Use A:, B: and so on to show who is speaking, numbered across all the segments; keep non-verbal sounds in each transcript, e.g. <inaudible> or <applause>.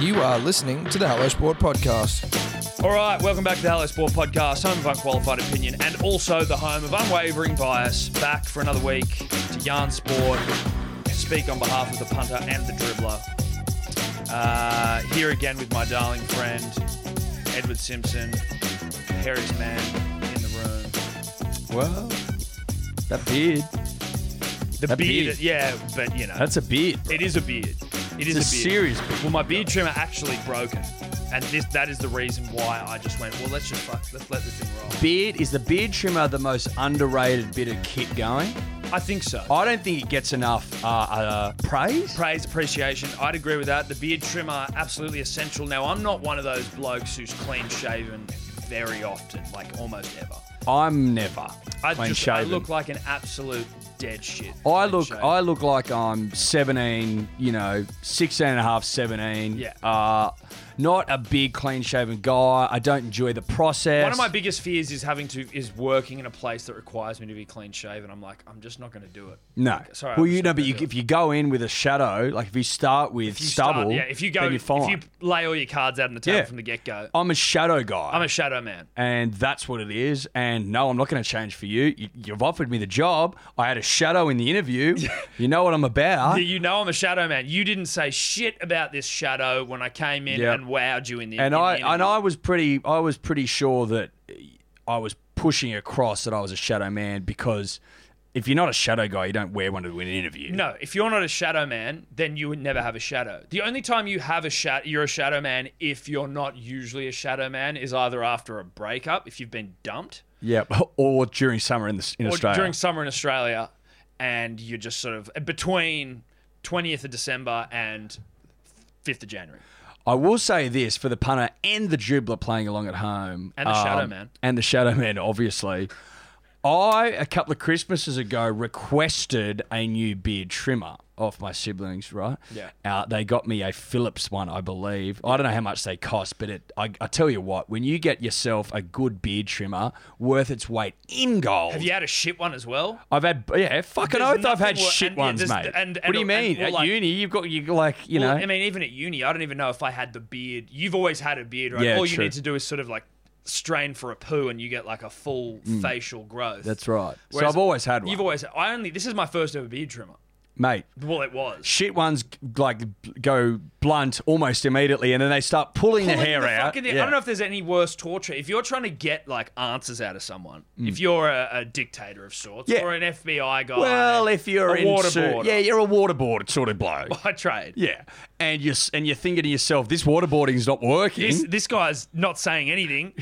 A: You are listening to the Hello Sport Podcast.
B: All right, welcome back to the Hello Sport Podcast, home of unqualified opinion and also the home of unwavering bias. Back for another week to Yarn Sport, speak on behalf of the punter and the dribbler. Uh, here again with my darling friend, Edward Simpson, the hairiest man in the room.
A: Well, that beard.
B: The beard,
C: That beard.
B: yeah, but you know,
C: That's a beard.
B: it is a beard. It is
C: It's a
B: a beard.
C: serious beard.
B: Well, my beard trimmer actually broken, and this that is the reason why I just went. Well, let's just fuck, let's let this thing roll.
C: Beard is the beard trimmer the most underrated bit of kit going.
B: I think so.
C: I don't think it gets enough uh, uh, praise.
B: praise, appreciation. I'd agree with that. The beard trimmer, absolutely essential. Now, I'm not one of those blokes who's clean shaven very often, like almost ever.
C: I'm never
B: I
C: clean
B: just
C: shaven.
B: I look like an absolute dead shit.
C: I
B: clean
C: look,
B: shaven.
C: I look like I'm 17, you know, 16 and a half, 17.
B: Yeah.
C: Uh, not a big clean shaven guy. I don't enjoy the process.
B: one of my biggest fears is having to is working in a place that requires me to be clean shaven. I'm like, I'm just not going to do it.
C: No.
B: Like, sorry.
C: well,
B: I'm
C: you
B: just
C: know,
B: not
C: but
B: gonna
C: you,
B: do
C: if you go in with a shadow, like if you start with
B: it. If you start-
C: stubble,
B: yeah. If you go,
C: then you're
B: if
C: fine.
B: you lay all your cards out on the table
C: Yeah.
B: from the get go,
C: I'm a shadow guy.
B: I'm a shadow man.
C: and that's what it is. And no, I'm not going to change for you. you. You've offered me the job. I had a shadow in
B: <laughs>
C: the interview. you know what I'm about.
B: You know I'm a shadow man. You didn't say shit about this shadow when I came in
C: Yeah.
B: and wowed you in the in
C: and
B: the
C: I
B: interview.
C: and I was pretty I was pretty sure that I was pushing across that I was a shadow man because if you're not a shadow guy, you don't wear one to an interview.
B: No, if you're not a shadow man, then you would never have a shadow. The only time you have a shadow, you're a shadow man if you're not usually a shadow man is either after a breakup, if you've been dumped,
C: Yeah, <laughs> or during summer in the in
B: or
C: Australia.
B: during summer in Australia, and you're just sort of between 20th of December and 5th of January.
C: I will say this for the punter and the dribbler playing along at home. Um,
B: And the shadow man.
C: And the shadow man, obviously. I, a couple of Christmases ago, requested a new beard trimmer off my siblings, right?
B: Yeah.
C: Uh, they got me a Phillips one, I believe. I don't know how much they cost, but it, I, I tell you what, when you get yourself a good beard trimmer worth its weight in gold.
B: Have you had a shit one as well?
C: I've had, yeah, fucking
B: There's
C: oath I've had
B: nothing wor-
C: shit
B: and- yeah,
C: ones,
B: there's-
C: mate.
B: and-
C: what do you
B: and- and,
C: mean?
B: well,
C: At
B: like-
C: uni, you've got, you like, you
B: Well,
C: know.
B: I mean, even at uni, I don't even know if I had the beard. You've always had a beard, right?
C: Yeah,
B: All you
C: true.
B: need to do is sort of like strain for a poo, and you get like a full facial growth.
C: Mm. that's right. so
B: Whereas
C: I've always had one.
B: You've always. I only. This is my first ever beard trimmer.
C: mate.
B: Well, it was.
C: shit ones like go blunt almost immediately, and then they start pulling, the hair
B: Pulling the
C: out.
B: fucking- I don't know if there's any worse torture. If you're trying to get like answers out of someone, if you're a, a dictator of sorts
C: Mm. Yeah.
B: or an FBI guy,
C: well, if you're
B: a
C: in
B: waterboarder,
C: yeah, you're a waterboard sort of bloke.
B: <laughs> by trade.
C: yeah, and you're s- and you're thinking to yourself, this waterboarding's not working. <laughs>
B: This, this guy's not saying anything.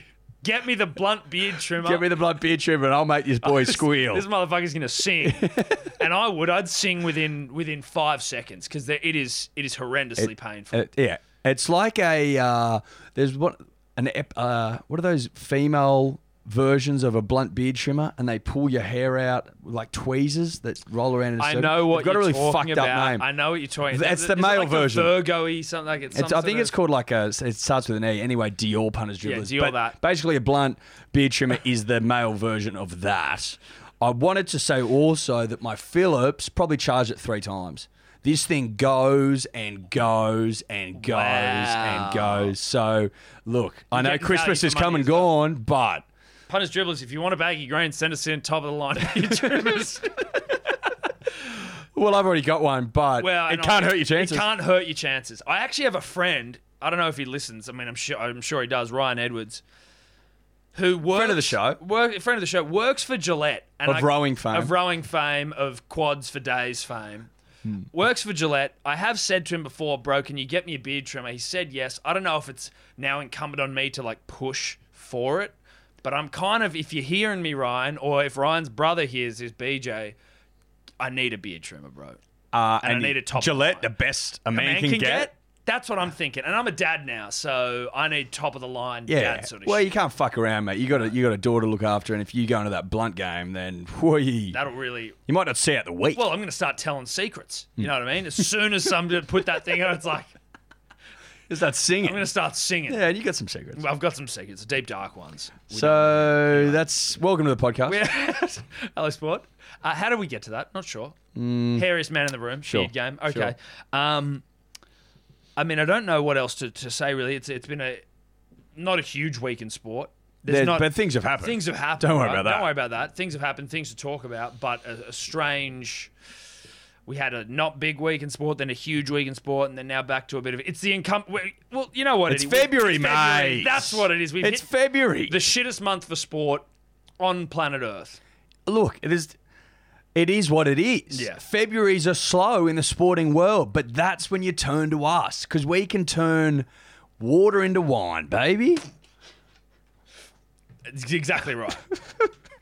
B: Get me the blunt
C: <laughs>
B: beard trimmer.
C: Get me the blood beard trimmer, and I'll make this boy
B: <laughs>
C: squeal.
B: This motherfucker's gonna
C: <laughs>
B: sing, and I would. I'd sing within within five seconds because it is it is horrendously painful.
C: Uh, yeah, it's like a uh, there's what an ep- uh, what are those female versions of a blunt beard trimmer, and they pull your hair out like tweezers that roll around. In a
B: I
C: circle.
B: know what
C: They've got
B: you're
C: a really
B: talking
C: fucked
B: about.
C: up name.
B: I know what you're talking. about.
C: It's the
B: Is it like
C: male
B: a
C: version.
B: Virgo-y something like it's.
C: It's, I think it's called like a. It starts with an E. Anyway, Dior punters dribblers.
B: Yeah, Dior
C: But
B: that.
C: Basically, a blunt beard trimmer is the male version of that. I wanted to say also that my Phillips probably charged it three times. This thing goes and goes and goes
B: Wow.
C: and goes. So look, I know
B: getting
C: Christmas
B: value
C: is
B: for money
C: come and
B: as well.
C: gone, but
B: punters dribblers. If you want a baggy grain, send us in top of the line. <laughs>
C: well, I've already got one. But
B: well,
C: it
B: and
C: can't
B: I-
C: hurt your chances.
B: It can't hurt your chances. I actually have a friend. I don't know if he listens. I mean, I'm sure. I'm sure he does. Ryan Edwards, who works,
C: of the show.
B: work, friend of the show, works for Gillette and
C: Of rowing fame.
B: of rowing fame, of quads for days fame.
C: Hmm.
B: Works for Gillette. I have said to him before, bro, can you get me a beard trimmer? He said yes. I don't know if it's now incumbent on me to like push for it, but I'm kind of if you're hearing me, Ryan, or if Ryan's brother hears this, BJ, I need a beard trimmer, bro.
C: Uh,
B: and I need a top
C: Gillette,
B: line.
C: the best a man,
B: man
C: can, get.
B: That's what I'm thinking. And I'm a dad now, so I need top of the line dad sort of
C: well,
B: shit.
C: you can't fuck around, mate. You got a you got a daughter to look after, and if you go into that blunt game, then whoo, you
B: That'll really.
C: might not see out the week.
B: Well, I'm going to start telling secrets.
C: Hmm.
B: You know what I mean? As soon as somebody put that thing out, it's like,
C: Is that singing?
B: I'm going to start singing.
C: yeah, you got some secrets.
B: I've got some secrets, deep dark ones.
C: so that's welcome to the podcast.
B: <laughs> Hello, sport. Uh, how did we
C: Mm.
B: get to that? Not sure. Hairiest man in the room. Beard game. Okay.
C: sure.
B: Um, I mean, I don't know what else to, to say really. It's it's been a not a huge week in sport. There's
C: There-
B: not,
C: but things have happened.
B: Things have happened.
C: Don't worry
B: right?
C: about that.
B: Don't worry about that. Things have happened. Things to talk about. But a, a strange. We had a not big week in sport, then a huge week in sport, and then now back to a bit of it's the income. Well, you know what?
C: It's
B: Eddie, we-
C: February, mate.
B: That's what it is. We've
C: It's
B: hit
C: February.
B: the shittest month for sport on planet Earth.
C: look, it is. It is what it is.
B: Yeah.
C: February's are slow in the sporting world, but that's when you turn to us because we can turn water into wine, baby.
B: It's exactly right.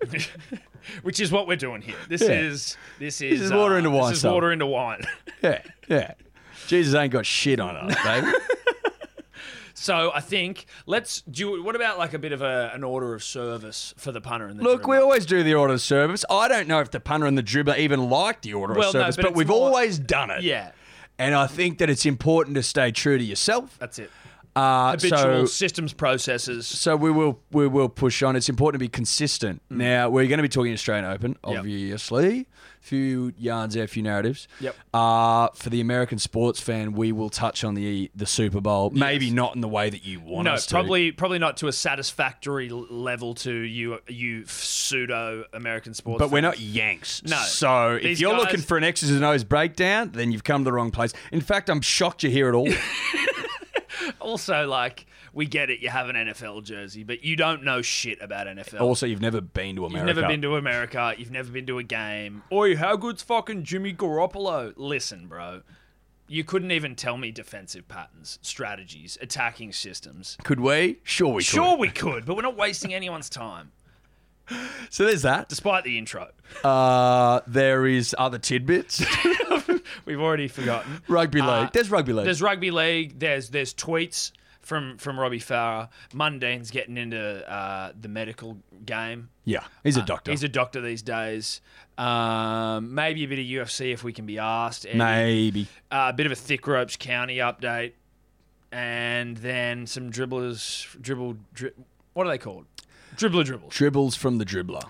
B: <laughs> Which is what we're doing here. This
C: Yeah.
B: is this is,
C: is water
B: uh,
C: into wine
B: This is
C: stuff.
B: water into wine. <laughs>
C: Yeah, yeah. Jesus ain't got shit on us, baby.
B: So I think let's do. What about like a bit of a, an order of service for the punter and the
C: Look, we
B: dribbler?
C: always do the order of service. I don't know if the punter and the dribbler even like the order
B: Well,
C: of
B: no,
C: service,
B: but
C: but,
B: it's
C: we've
B: more-
C: always done it.
B: yeah,
C: And I think that it's important to stay true to yourself.
B: that's it.
C: Uh,
B: Habitual
C: so,
B: systems processes.
C: so we will we will push on. It's important to be consistent. Now we're going to be talking Australian Open,
B: Mm. Yep.
C: obviously. Few yarns there, few narratives.
B: Yep.
C: Uh, for the American sports fan, we will touch on the the Super Bowl. Maybe not in the way that you want
B: No,
C: us to.
B: probably probably not to a satisfactory l- level to you you pseudo American sports.
C: But we're
B: fans.
C: not Yanks.
B: No.
C: So if
B: These
C: you're
B: guys-
C: looking for an X's and O's breakdown, then you've come to the wrong place. In fact, I'm shocked you're here
B: <laughs>
C: at all.
B: also like we get it. You have an NFL jersey, but you don't know shit about NFL.
C: also, you've never been to America.
B: You've never been to America. You've never been to a game. Oi, how good's fucking Jimmy Garoppolo? Listen, bro. You couldn't even tell me defensive patterns, strategies, attacking systems.
C: Could we? Sure, we
B: Sure, we could, but we're not wasting anyone's time,
C: could. So there's that.
B: despite the intro.
C: Uh, there is
B: <laughs>
C: other tidbits.
B: Uh, We've already forgotten.
C: <laughs> rugby league.
B: Uh,
C: there's rugby league.
B: There's rugby league. There's there's tweets from from Robbie Farah. Mundane's getting into uh, the medical game.
C: yeah, he's a doctor.
B: uh, He's a doctor these days. Um, maybe a bit of UFC if we can be asked. Eddie.
C: Maybe.
B: uh, a bit of a thick ropes county update, and then some dribblers dribble. Dri- what are they called? Dribbler dribbles.
C: Dribbles from the dribbler,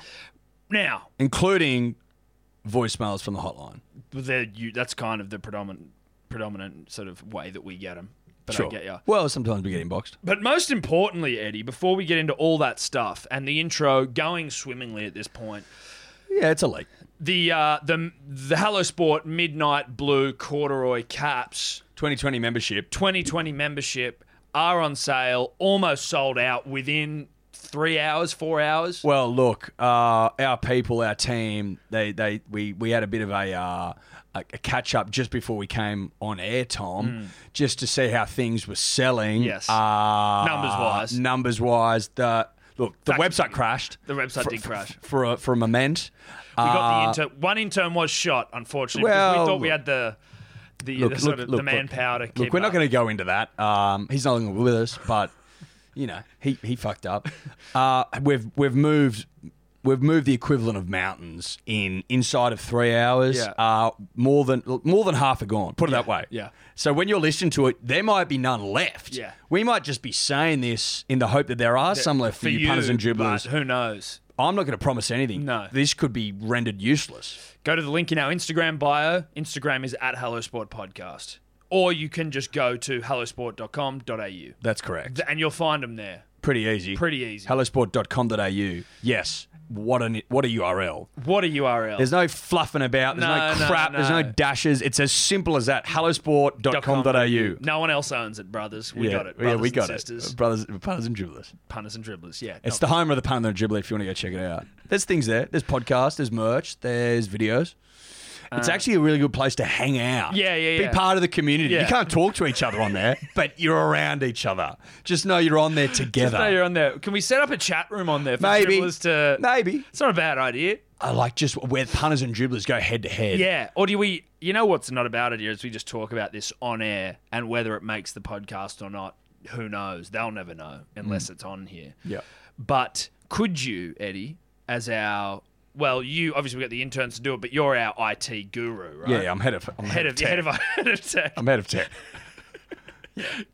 B: Now
C: including voicemails from the hotline.
B: they're you, that's kind of the predominant predominant sort of way that we get them. But I get ya.
C: Well, sometimes we get inboxed.
B: But most importantly, Eddie, before we get into all that stuff and the intro going swimmingly at this point,
C: Yeah, it's a leak.
B: the uh, the the Hello Sport Midnight Blue corduroy caps
C: 2020 membership.
B: 2020 membership are on sale, almost sold out within three hours, four hours.
C: Well, look, uh, our people, our team, they, they we, we had a bit of a, uh, a a catch up just before we came on air, Tom, just to see how things were selling.
B: Hmm. Yes.
C: uh,
B: Numbers-wise.
C: numbers wise. The look, the
B: Fact-
C: website crashed.
B: The website
C: for,
B: did crash.
C: for, for a, for a moment.
B: We got the intern. One intern was shot, unfortunately, because
C: uh, Well,
B: we thought we had the the, the sort of the manpower to keep
C: look, we're not
B: up.
C: going to go into that. Um, he's no longer with us, but you know, he, he fucked
B: <laughs>
C: up. Uh, we've we've moved we've moved the equivalent of mountains in inside of three hours.
B: Yeah.
C: Uh, more than more than half are gone. Put it that way.
B: yeah.
C: So when you're listening to it, there might be none left.
B: Yeah.
C: We might just be saying this in the hope that there are some left for,
B: for
C: you, punters and
B: you, but
C: dribblers.
B: Who knows?
C: I'm not going to promise anything.
B: No.
C: This could be rendered useless.
B: Go to the link in our Instagram bio. Instagram is at Hello Sport Podcast, or you can just go to hellosport.com.au
C: That's correct.
B: and you'll find them there.
C: Pretty easy.
B: Pretty easy.
C: hellosport.com.au. Yes. What an what a URL.
B: What a URL.
C: There's no fluffing about. There's no,
B: No, no,
C: crap. There's
B: no.
C: no dashes. It's as simple as that. hellosport.com.au.
B: No one else owns it, brothers. We
C: yeah,
B: got it.
C: yeah,
B: brothers
C: we
B: and
C: got
B: sisters,
C: it. Brothers, punters and dribblers.
B: punters and dribblers. Yeah,
C: It's the home of the punter and dribbler. If you want to go check it out, there's things there. There's podcasts. There's merch. There's videos. It's actually a really good place to hang out.
B: Uh, Yeah, yeah,
C: Be
B: yeah.
C: part of the community.
B: Yeah.
C: You can't talk to each other on there, but you're around each other. Just know you're on there together.
B: No, you're on there. Can we set up a chat room on there for
C: maybe.
B: dribblers to?
C: Maybe.
B: It's not a bad idea.
C: I like just where punters and dribblers go head to head.
B: Yeah. Or do we? You know what's not about it here is we just talk about this on air and whether it makes the podcast or not. Who knows? They'll never know unless it's on here.
C: Yeah.
B: But could you, Eddie, as our well, you obviously we got the interns to do it, but you're our IT guru, right?
C: Yeah, I'm head of I'm
B: Head of,
C: tech.
B: head of <laughs> head of tech.
C: I'm head of tech.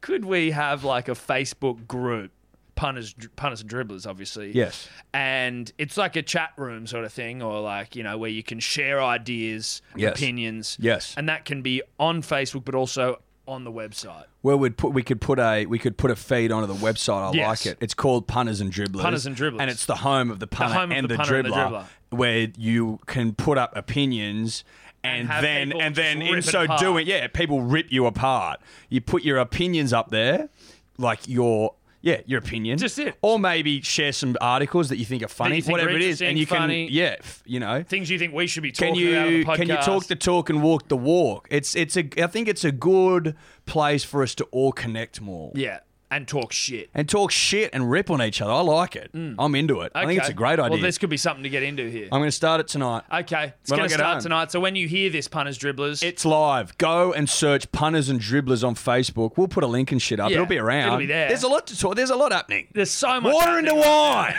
B: Could we have like a Facebook group, punters, punters and dribblers, obviously?
C: Yes.
B: And it's like a chat room sort of thing, or like you know where you can share ideas,
C: Yes.
B: opinions,
C: Yes.
B: and that can be on Facebook, but also on the website.
C: Well, we'd put we could put a we could put a feed onto the website. I
B: Yes.
C: like it. It's called Punters and Dribblers.
B: Punters and Dribblers.
C: and it's the home of the punter,
B: home of
C: and,
B: the
C: the
B: punter and the
C: dribbler, where you can put up opinions. And,
B: have
C: then,
B: people
C: and then
B: just rip
C: in
B: it
C: so
B: apart.
C: doing, yeah, people rip you apart. You put your opinions up there, like your yeah, your opinion.
B: Just it.
C: Or maybe share some articles that you think are funny,
B: think are
C: whatever it is,
B: interesting,
C: and you
B: funny.
C: can yeah, f- you know
B: Things you think we should be
C: can
B: talking about on the
C: you
B: podcast.
C: can you talk the talk and walk the walk? It's it's a I think it's a good place for us to all connect more
B: yeah and talk shit?
C: and talk shit and rip on each other. I like it. I'm into it. I think it's
B: Mm. Okay.
C: a great idea.
B: Well, Uh, this could be something to get into here.
C: I'm going to start it tonight.
B: Okay, it's
C: When I
B: going to
C: get
B: start
C: home.
B: tonight. So when you hear this, punters, dribblers,
C: It's live. Go and search punters and dribblers on Facebook. We'll put a link and shit up.
B: Yeah,
C: it'll be around.
B: it'll be there.
C: There's a lot to talk. There's a lot happening.
B: there's so much
C: Water into
B: happening.
C: wine.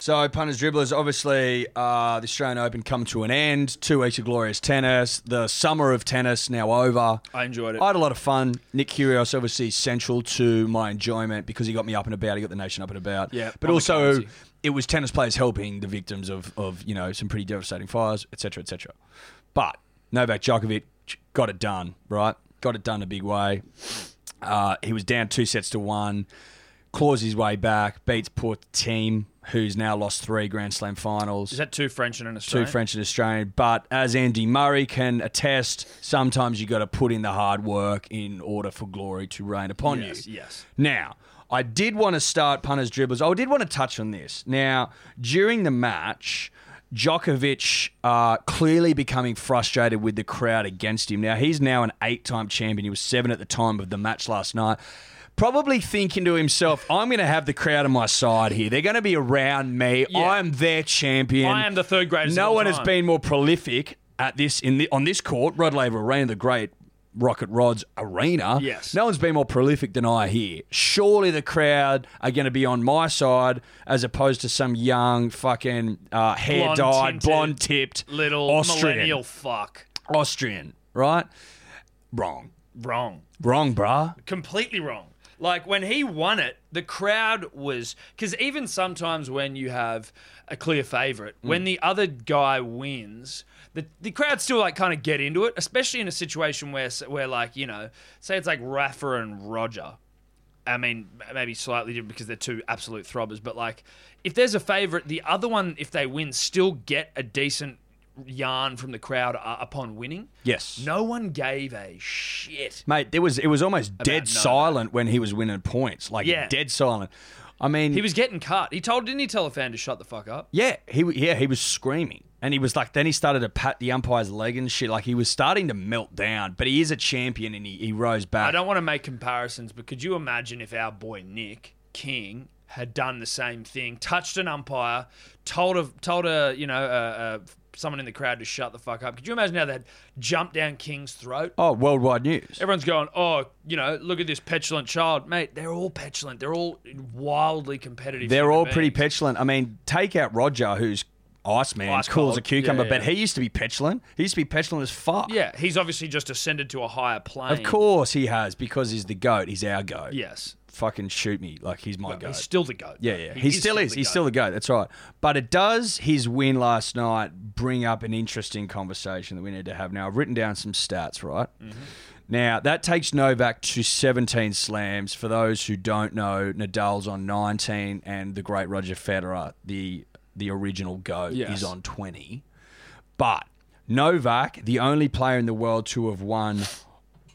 C: so punters dribblers, obviously, uh, the Australian Open come to an end. Two weeks of glorious tennis. The summer of tennis now over.
B: I enjoyed it.
C: I had a lot of fun. Nick Kyrgios obviously central to my enjoyment because he got me up and about. He got the nation up and about.
B: Yeah,
C: but
B: on the
C: also
B: currency.
C: it was tennis players helping the victims of of you know some pretty devastating fires, etc., etc. But Novak Djokovic got it done, right? Got it done a big way. Uh, he was down two sets to one, claws his way back, beats poor team who's now lost three Grand Slam finals
B: Is that two French and an
C: two
B: Australian?
C: French and Australian. But as Andy Murray can attest, sometimes you got to put in the hard work in order for glory to rain upon
B: Yes,
C: you.
B: yes.
C: Now, I did want to start punters dribblers. I did want to touch on this. Now, during the match. Djokovic uh, clearly becoming frustrated with the crowd against him. Now, he's now an eight time champion. He was seven at the time of the match last night. Probably thinking to himself, I'm going to have the crowd on my side here. They're going to be around me.
B: Yeah.
C: I'm their champion.
B: I am the third greatest of
C: No
B: all
C: one has
B: time.
C: been more prolific at this in the, on this court, Rod Laver Arena, the great Rocket Rods Arena.
B: Yes.
C: No one's been more prolific than I here. Surely the crowd are going to be on my side as opposed to some young fucking uh, hair dyed,
B: Blonde-tinted,
C: blonde tipped
B: Little
C: Austrian.
B: millennial fuck.
C: Austrian, right? Wrong.
B: Wrong.
C: Wrong, brah.
B: completely wrong. Like when he won it, the crowd was because even sometimes when you have a clear favorite, when the other guy wins, the the crowd still like kind of get into it, especially in a situation where s- where like you know, say it's like Rafa and Roger. I mean, m- maybe slightly different because they're two absolute throbbers, but like if there's a favorite, the other one, if they win, still get a decent yarn from the crowd uh, upon winning.
C: Yes.
B: No one gave a shit.
C: Mate, there was it was almost dead
B: Novak.
C: silent when he was winning points. Like
B: Yeah.
C: dead silent. I mean,
B: He was getting cut. He told, didn't he tell a fan to shut the fuck up?
C: Yeah, he w- yeah he was screaming, and he was like, then he started to pat the umpire's leg and shit. Like he was starting to melt down, but he is a champion, and he, he rose back.
B: I don't want to make comparisons, but could you imagine if our boy Nick King had done the same thing, touched an umpire, told a told a you know uh, uh, someone in the crowd to shut the fuck up? Could you imagine how that jumped down King's throat?
C: oh, worldwide news.
B: Everyone's going, oh, you know, look at this petulant child, mate. They're all petulant. They're all wildly competitive.
C: They're
B: human
C: all pretty
B: beings.
C: petulant. I mean, take out Roger, who's Iceman,
B: Ice
C: cool as
B: cold.
C: a cucumber,
B: Yeah,
C: but he used to be petulant. He used to be petulant as fuck.
B: Yeah, he's obviously just ascended to a higher plane.
C: Of course he has, because he's the goat. He's our goat.
B: Yes,
C: Fucking shoot me. Like, he's my goat.
B: he's still the goat.
C: Yeah,
B: though.
C: yeah. He,
B: He
C: still is.
B: the
C: He's
B: goat.
C: still the goat. That's right. But it does his win last night bring up an interesting conversation that we need to have now. I've written down some stats, right? Now, that takes Novak to 17 slams. For those who don't know, Nadal's on 19 and the great Roger Federer, the the original goat,
B: Yes.
C: is on 20. But Novak, the only player in the world to have won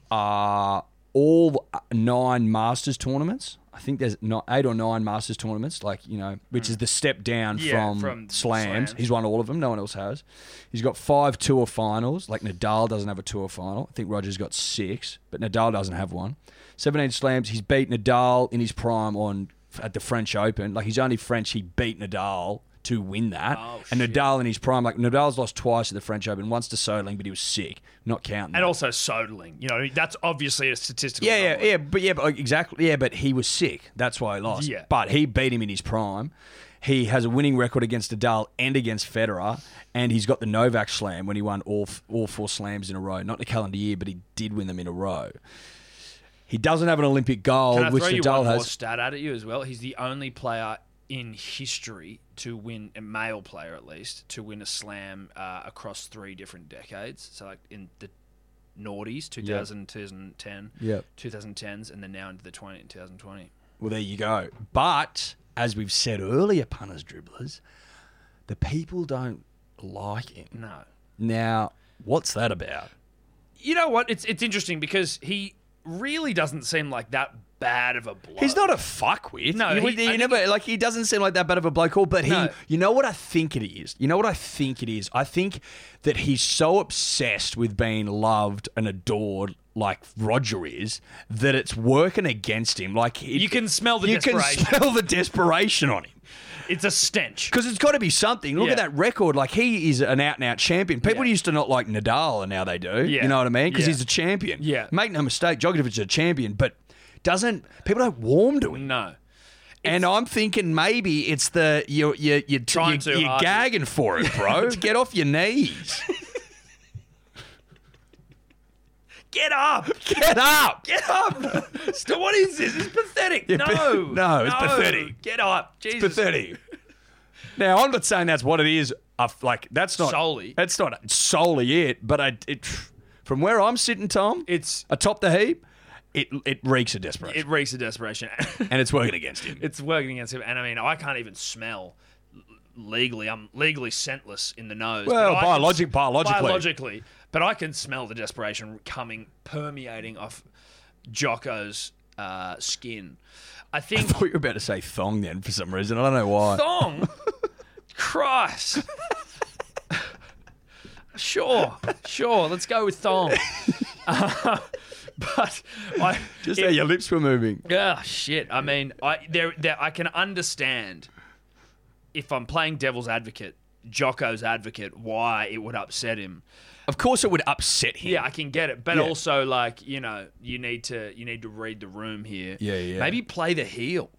C: uh, all nine Masters tournaments. I think there's not eight or nine Masters tournaments, like you know, which is the step down
B: Mm. Yeah,
C: from,
B: from
C: slams.
B: slams.
C: He's won all of them. No one else has. He's got five tour finals. Like Nadal doesn't have a tour final. I think Roger's got six, but Nadal doesn't have one. Seventeen slams. He's beat Nadal in his prime on at the French Open. Like he's only French. He beat Nadal. To win that,
B: Oh,
C: and
B: shit.
C: Nadal in his prime, like Nadal's lost twice at the French Open, once to Soling, but he was sick, not counting. that.
B: and also sodling. You know, that's obviously a statistical.
C: Yeah, yeah,
B: anomaly.
C: yeah, but yeah, but like, exactly. Yeah, but he was sick. That's why he lost.
B: Yeah.
C: But he beat him in his prime. He has a winning record against Nadal and against Federer, and he's got the Novak Slam when he won all f- all four slams in a row. Not the calendar year, but he did win them in a row. He doesn't have an Olympic gold,
B: Can I
C: which
B: throw you
C: Nadal
B: one more
C: has.
B: stat out at you as well? He's the only player in history to win a male player at least to win a slam uh, across three different decades. So like in the noughties, 2000, 2010,
C: Yep.
B: 2010s, and then now into the 20, 2020.
C: Well, there you go. But as we've said earlier, punters, dribblers, the people don't like him.
B: No.
C: Now, what's that about?
B: You know what? It's it's interesting because he really doesn't seem like that bad of a bloke.
C: He's not a fuckwit.
B: No,
C: you,
B: he-
C: you
B: I think
C: never like he doesn't seem like that bad of a bloke. All, but he,
B: No.
C: you know what I think it is. You know what I think it is. I think that he's so obsessed with being loved and adored, like Roger is, that it's working against him. Like it-
B: You can smell the
C: you
B: desperation.
C: <laughs> can smell the desperation on him.
B: It's a
C: <laughs>
B: stench.
C: Because it's got to be something. Look at
B: Yeah.
C: that record. Like he is an out and out champion. People
B: Yeah.
C: used to not like Nadal, and now they do.
B: Yeah.
C: You know what I mean? Because
B: Yeah.
C: he's a champion.
B: Yeah.
C: Make no mistake, Djokovic is a champion, but doesn't people don't warm to him?
B: No.
C: And I'm thinking maybe it's the you you you
B: Trying
C: you,
B: too
C: you're
B: hard.
C: gagging for it,
B: <laughs>
C: bro. Get off your knees.
B: Get up!
C: Get up.
B: Get up! <laughs> So what is this? It's pathetic.
C: pa-
B: no.
C: <laughs> no, it's pathetic.
B: Get up. Jesus.
C: pathetic. Now I'm not saying that's what it is. I f- Like that's not
B: Solely.
C: That's not solely it. But I it, from where I'm sitting, Tom,
B: It's
C: atop the heap, it it reeks of
B: it
C: desperation,
B: reeks of desperation. <laughs>
C: and it's working against him.
B: it's working against him, and I mean, I can't even smell l- legally. I'm legally scentless in the nose. but
C: Well,
B: I can
C: biologic-
B: s-
C: biologically.
B: biologically, but I can smell the desperation coming, permeating off Jocko's uh, skin. I think
C: <laughs> I thought you were about to say thong then for some reason. I don't know why.
B: thong. Christ. sure, sure. Let's go with thong. <laughs> Uh, but I
C: Just
B: it-
C: how your lips were moving.
B: yeah, shit. I mean, I there, there I can understand if I'm playing devil's advocate, Jocko's advocate, why it would upset him.
C: Of course, it would upset him.
B: Yeah, I can get it, but
C: Yeah.
B: also like you know, you need to you need to read the room here.
C: Yeah, yeah.
B: Maybe play the heel,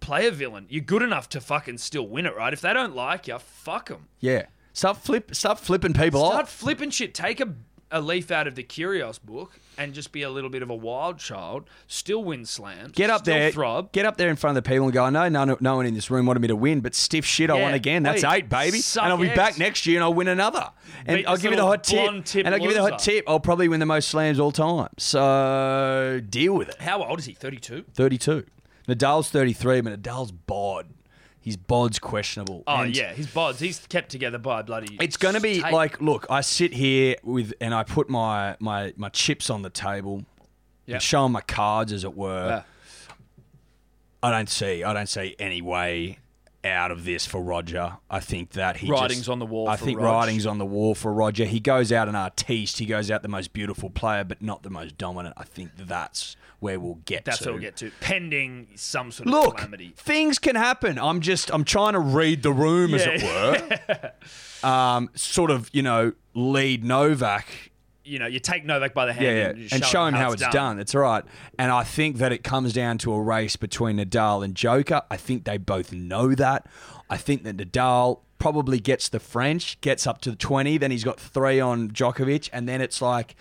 B: play a villain. You're good enough to fucking still win it, right? If they don't like you, fuck them.
C: yeah. Stop flip. Stop flipping people
B: Start
C: off.
B: flipping shit. Take a, a leaf out of the Curios book and just be a little bit of a wild child. Still win slams.
C: Get up
B: still
C: there.
B: Throb.
C: Get up there in front of the people and go. I know no, no one in this room wanted me to win, but stiff shit, I
B: Yeah,
C: won again. That's
B: please,
C: eight, baby.
B: suck
C: And I'll be
B: eggs.
C: back next year and I'll win another. And
B: Beat
C: I'll
B: this
C: give you the
B: little
C: hot tip.
B: blonde tip
C: and I'll give you the hot
B: loser.
C: tip. I'll probably win the most slams all time. So deal with it.
B: How old is he? 32?
C: 32. Nadal's 33, but Nadal's bod. His bod's questionable.
B: Oh,
C: And
B: yeah. His bods. He's kept together by bloody.
C: It's going to be
B: tape.
C: like, look, I sit here with, and I put my, my, my chips on the table,
B: Yeah.
C: and show 'em my cards, as it were.
B: Yeah.
C: I don't see, I don't see any way out of this for Roger. I think that he
B: Writing's
C: just-
B: on the wall
C: I
B: for
C: think
B: Rog.
C: writing's on the wall for Roger. He goes out an artiste. He goes out the most beautiful player, but not the most dominant. I think that's where we'll get.
B: That's
C: to.
B: what we'll get to. Pending some sort of
C: Look,
B: calamity.
C: things can happen. I'm just I'm trying to read the room, as it were. <laughs> um, sort of, you know, lead Novak.
B: You know, you take Novak by the hand
C: Yeah, yeah,
B: and, you
C: and show him how it's done. It's all right. And I think that it comes down to a race between Nadal and Joker. I think they both know that. I think that Nadal probably gets the French, gets up to the 20, then he's got three on Djokovic, and then it's like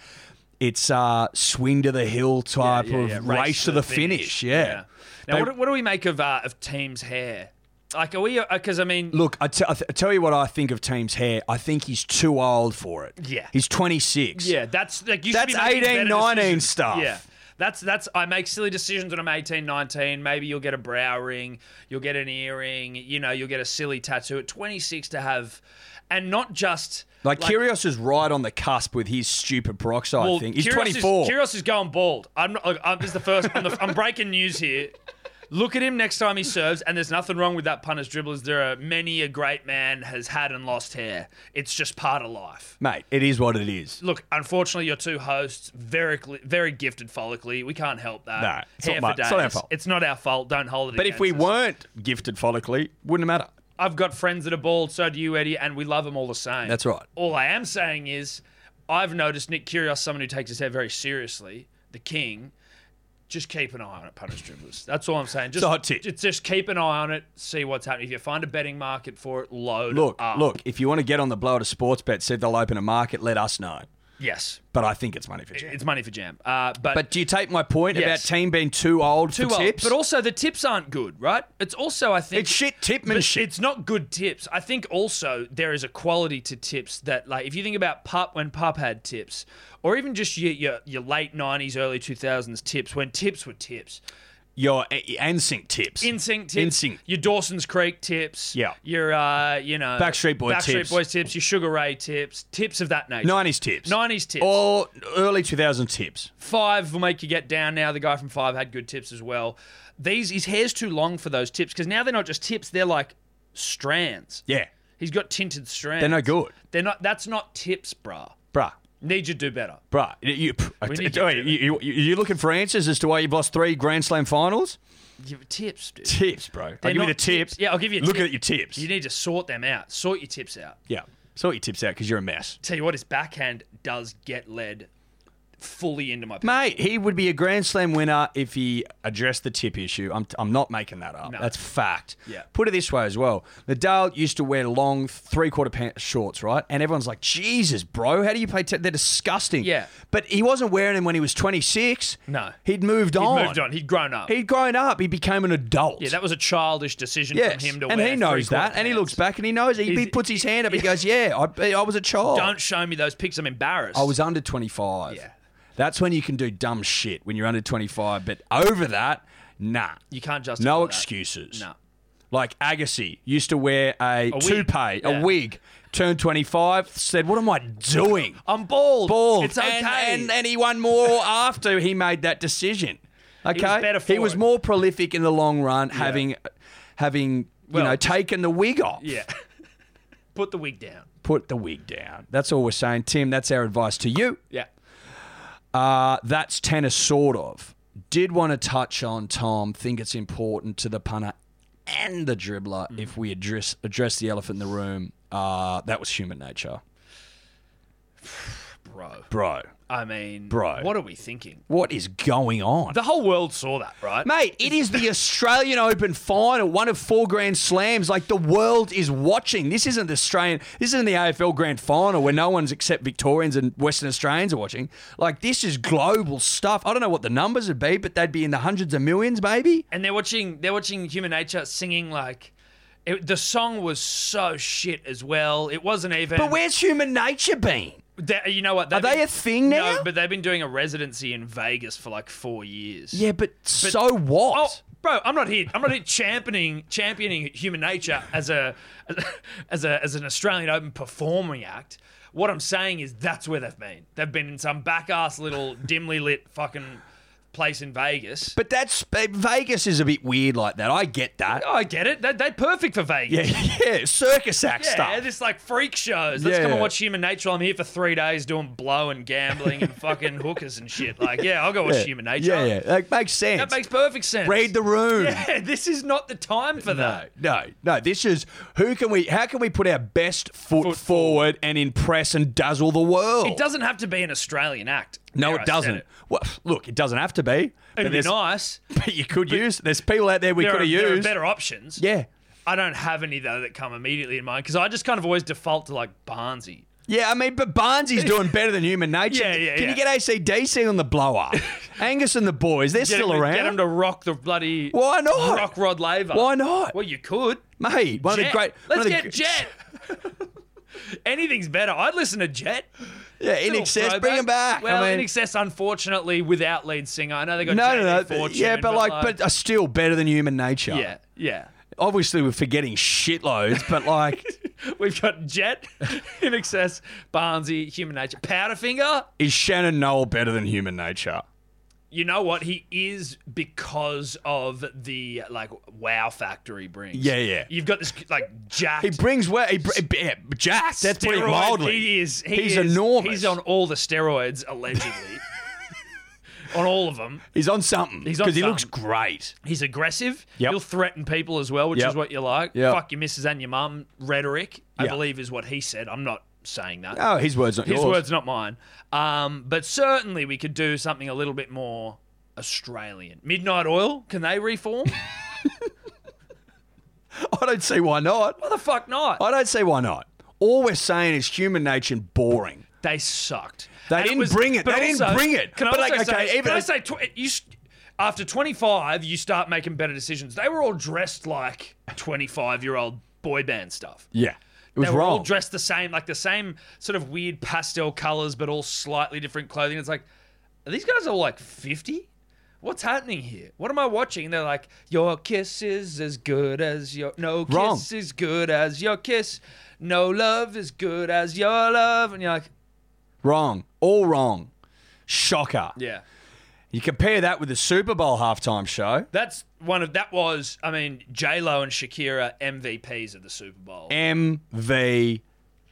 C: it's uh, swing to the hill type
B: Yeah,
C: of
B: yeah,
C: race, to the, finish. Yeah.
B: Now,
C: They-
B: what, do- what do we make of uh, of team's hair? Like, are we? Because I mean,
C: Look, I te- I th- I tell you what I think of Team's hair. I think he's too old for it.
B: Yeah.
C: He's 26.
B: yeah, that's like you.
C: That's
B: should be making
C: 18,
B: better
C: 19
B: decisions.
C: stuff.
B: Yeah. That's that's I make silly decisions when I'm 18, 19. Maybe you'll get a brow ring, you'll get an earring, you know, you'll get a silly tattoo at 26 to have, and not just
C: Like, Kyrgios is right on the cusp with his stupid peroxide
B: Well,
C: thing. He's
B: Kyrgios
C: 24.
B: Is, Kyrgios is going bald. I'm not. Look, I'm, this is the first. I'm, the, I'm breaking news here. Look at him next time he serves, and there's nothing wrong with that punters dribblers. There are many a great man has had and lost hair. It's just part of life.
C: Mate, it is what it is.
B: Look, unfortunately, your two hosts very cl- very gifted follically. We can't help that.
C: No, it's
B: hair
C: not my-
B: for days.
C: it's not our fault.
B: It's not our fault. Don't hold it.
C: But if we
B: against us.
C: weren't gifted follically, wouldn't matter.
B: I've got friends that are bald, so do you, Eddie, and we love them all the same.
C: That's right.
B: All I am saying is, I've noticed Nick Kyrgios, someone who takes his hair very seriously, the king. Just keep an eye on it, punish dribblers. That's all I'm saying. Just,
C: a hot tip.
B: ju- Just, keep an eye on it, see what's happening. If you find a betting market for it, load
C: Look,
B: up.
C: look, if you want to get on the blow at a sports bet, see if they'll open a market, let us know.
B: Yes,
C: But I think it's money for jam.
B: it's money for jam. Uh, but
C: But do you take my point
B: Yes.
C: about team being too old
B: too
C: for
B: well.
C: tips?
B: But also the tips aren't good, right? It's also I think
C: it's shit
B: But
C: tipmanship.
B: it's not good tips. I think also there is a quality to tips that, like, if you think about Pup when Pup had tips, or even just your your, your late '90s, early 2000s tips when tips were tips,
C: Your a- NSYNC tips.
B: instinct tips,
C: NSYNC.
B: your Dawson's Creek tips,
C: Yeah.
B: your uh, you know
C: Backstreet Boy
B: Backstreet
C: tips.
B: Boys tips, your Sugar Ray tips, tips of that nature,
C: 90s tips.
B: 90s tips.
C: Or early 2000 tips.
B: Five will make you get down now. The guy from Five had good tips as well. These his hair's too long for those tips because now they're not just tips; they're like strands.
C: Yeah.
B: He's got tinted strands.
C: They're no good.
B: They're not. That's not tips, bruh.
C: Bruh.
B: Need you to do better.
C: Bruh. You, you,
B: We need
C: oh,
B: to do
C: you, you, you looking for answers as to why you've lost three Grand Slam finals?
B: Give tips, dude.
C: Tips, bro. I'll
B: They're
C: give
B: not
C: you the tips.
B: tips. Yeah, I'll give you a
C: Look
B: tip.
C: at your tips.
B: You need to sort them out. Sort your tips out.
C: yeah. Sort your tips out because you're a mess.
B: Tell you what, his backhand does get led fully into my pants.
C: Mate, he would be a Grand Slam winner if he addressed the tip issue. I'm, I'm not making that up. That's fact.
B: Yeah.
C: Put it this way as well. Nadal used to wear long three quarter pants shorts, right? And everyone's like, Jesus, bro, how do you play? T-? They're disgusting.
B: Yeah.
C: But he wasn't wearing them when he was 26.
B: No.
C: He'd moved
B: He'd
C: on.
B: moved on. He'd grown up.
C: He'd grown up. He became an adult.
B: yeah, that was a childish decision
C: Yes.
B: from him to
C: and
B: wear.
C: he knows
B: three-quarter
C: that. And he
B: pants.
C: looks back and he knows. He,
B: He's-
C: he puts his hand up. He goes, Yeah, I, I was a child.
B: Don't show me those pics. I'm embarrassed.
C: I was under 25.
B: Yeah.
C: That's when you can do dumb shit when you're under 25. But over that, nah.
B: You can't justify
C: No
B: that.
C: excuses.
B: No.
C: Like Agassi used to wear a, toupee,
B: Yeah.
C: a wig, turned 25, said, What am I doing?
B: I'm bald.
C: Bald.
B: It's okay.
C: And, and, and he won more after he made that decision. Okay.
B: better for
C: He was
B: it.
C: more prolific in the long run, having, having
B: Well-
C: you know, taken the wig off.
B: yeah. <laughs> Put the wig down.
C: Put the wig down. That's all we're saying. Tim, that's our advice to you.
B: Yeah.
C: Uh, that's tennis, sort of. Did want to touch on Tom. Think it's important to the punter and the dribbler if we address address the elephant in the room. Uh, that was human nature,
B: Bro.
C: bro.
B: I mean,
C: Bro.
B: what are we thinking?
C: What is going on?
B: The whole world saw that, right?
C: Mate, it is the Australian Open final, one of four Grand Slams. Like the world is watching. This isn't the Australian. This isn't the AFL Grand Final where no one's except Victorians and Western Australians are watching. Like this is global stuff. I don't know what the numbers would be, but they'd be in the hundreds of millions, maybe.
B: and they're watching they're watching Human Nature singing like it, the song was so shit as well. It wasn't even.
C: But where's human nature been?
B: They- you know what? they've
C: Are they
B: been-
C: a thing
B: No,
C: now?
B: but they've been doing a residency in Vegas for like four years.
C: Yeah, but, so what?
B: Oh, bro, I'm not here. I'm not here championing championing Human Nature as a as a as an Australian Open performing act. What I'm saying is that's where they've been. They've been in some back ass little dimly lit fucking place in Vegas.
C: But that's uh, Vegas is a bit weird like that. I get that.
B: Oh, I get it. They they're perfect for Vegas.
C: <laughs> Yeah, yeah, circus act
B: Yeah,
C: stuff.
B: this like freak shows. Let's
C: Yeah.
B: come and watch Human Nature. while I'm here for three days doing blow and gambling and fucking
C: <laughs>
B: hookers and shit. Like, yeah, I'll go watch
C: yeah.
B: Human Nature.
C: Yeah, yeah, that makes sense.
B: That makes perfect sense.
C: Read the room.
B: Yeah, <laughs> this is not the time for
C: No,
B: that.
C: no, no. This is who can we? How can we put our best foot, forward, and impress and dazzle the world?
B: It doesn't have to be an Australian act.
C: No,
B: There, I
C: it
B: said
C: doesn't.
B: It.
C: Well, look, it doesn't have to be. but
B: would be
C: there's-
B: nice.
C: But <laughs> you could use. There's people out there we
B: There
C: could
B: are,
C: have
B: there are
C: used.
B: better options.
C: Yeah,
B: I don't have any though that come immediately in mind because I just kind of always default to like Barnsey.
C: Yeah, I mean,
B: <laughs>
C: but Barnsy's doing better than human nature.
B: Yeah, yeah,
C: Can you
B: yeah.
C: get ACDC on the
B: <laughs>
C: blow up? Angus and the boys, they're
B: Get
C: still
B: him, to-
C: around.
B: Get him to rock the bloody.
C: Why not?
B: Rock Rod Laver.
C: Why not?
B: Well, you could.
C: Mate, one of
B: Jet.
C: the great.
B: Let's
C: one of the
B: get
C: gr-
B: Jet. <laughs> Anything's better. I'd listen to Jet.
C: Yeah, in
B: Little
C: excess,
B: throwback.
C: bring him back.
B: Well,
C: I mean,
B: in excess, unfortunately, without lead singer. I know they got
C: no,
B: JD
C: no, no.
B: Fortune,
C: yeah, but like, but uh, are still better than human nature.
B: yeah, yeah.
C: Obviously, we're forgetting shitloads,
B: <laughs>
C: but like,
B: We've got Jet, <laughs> in excess, Barnsey, Human Nature, Powderfinger.
C: is Shannon Noel better than human nature?
B: You know what? He is because of the like wow factor he brings.
C: Yeah, yeah.
B: You've got this like Jack.
C: He brings where he br- yeah, Jack. That's putting it mildly.
B: He is. He
C: he's
B: is-
C: enormous.
B: He's on all the steroids
C: <laughs>
B: allegedly. on all of them.
C: He's on something.
B: He's on
C: because he looks
B: something.
C: great.
B: He's aggressive.
C: Yep.
B: He'll threaten people as well, which
C: Yep.
B: is what you like.
C: Yep.
B: Fuck your missus and your mum rhetoric, I
C: Yeah.
B: believe is what he said. I'm not saying that.
C: Oh, his words not
B: His
C: yours.
B: words, not mine. Um, but certainly we could do something a little bit more Australian. Midnight Oil, can they
C: <laughs>
B: reform?
C: <laughs> I don't see why not.
B: Why the fuck not?
C: I don't see why not. All we're saying is human nature boring.
B: They sucked.
C: They
B: And
C: didn't
B: was-
C: bring it.
B: but
C: They didn't
B: also-
C: bring it.
B: Can I
C: But,
B: also
C: like, okay,
B: say,
C: even-
B: can I say tw- you s- after 25, you start making better decisions. They were all dressed like 25 year old boy band stuff.
C: Yeah, it was
B: they were
C: wrong.
B: all dressed the same, like the same sort of weird pastel colors, but all slightly different clothing. It's like, are these guys all like 50? What's happening here? What am I watching? They're like, your kiss is as good as your no kiss
C: Wrong.
B: is good as your kiss, no love is good as your love, and you're like,
C: wrong. All wrong. Shocker.
B: yeah,
C: You compare that with the Super Bowl halftime show.
B: that's one of that was. I mean, J Lo and Shakira MVPs of the Super Bowl.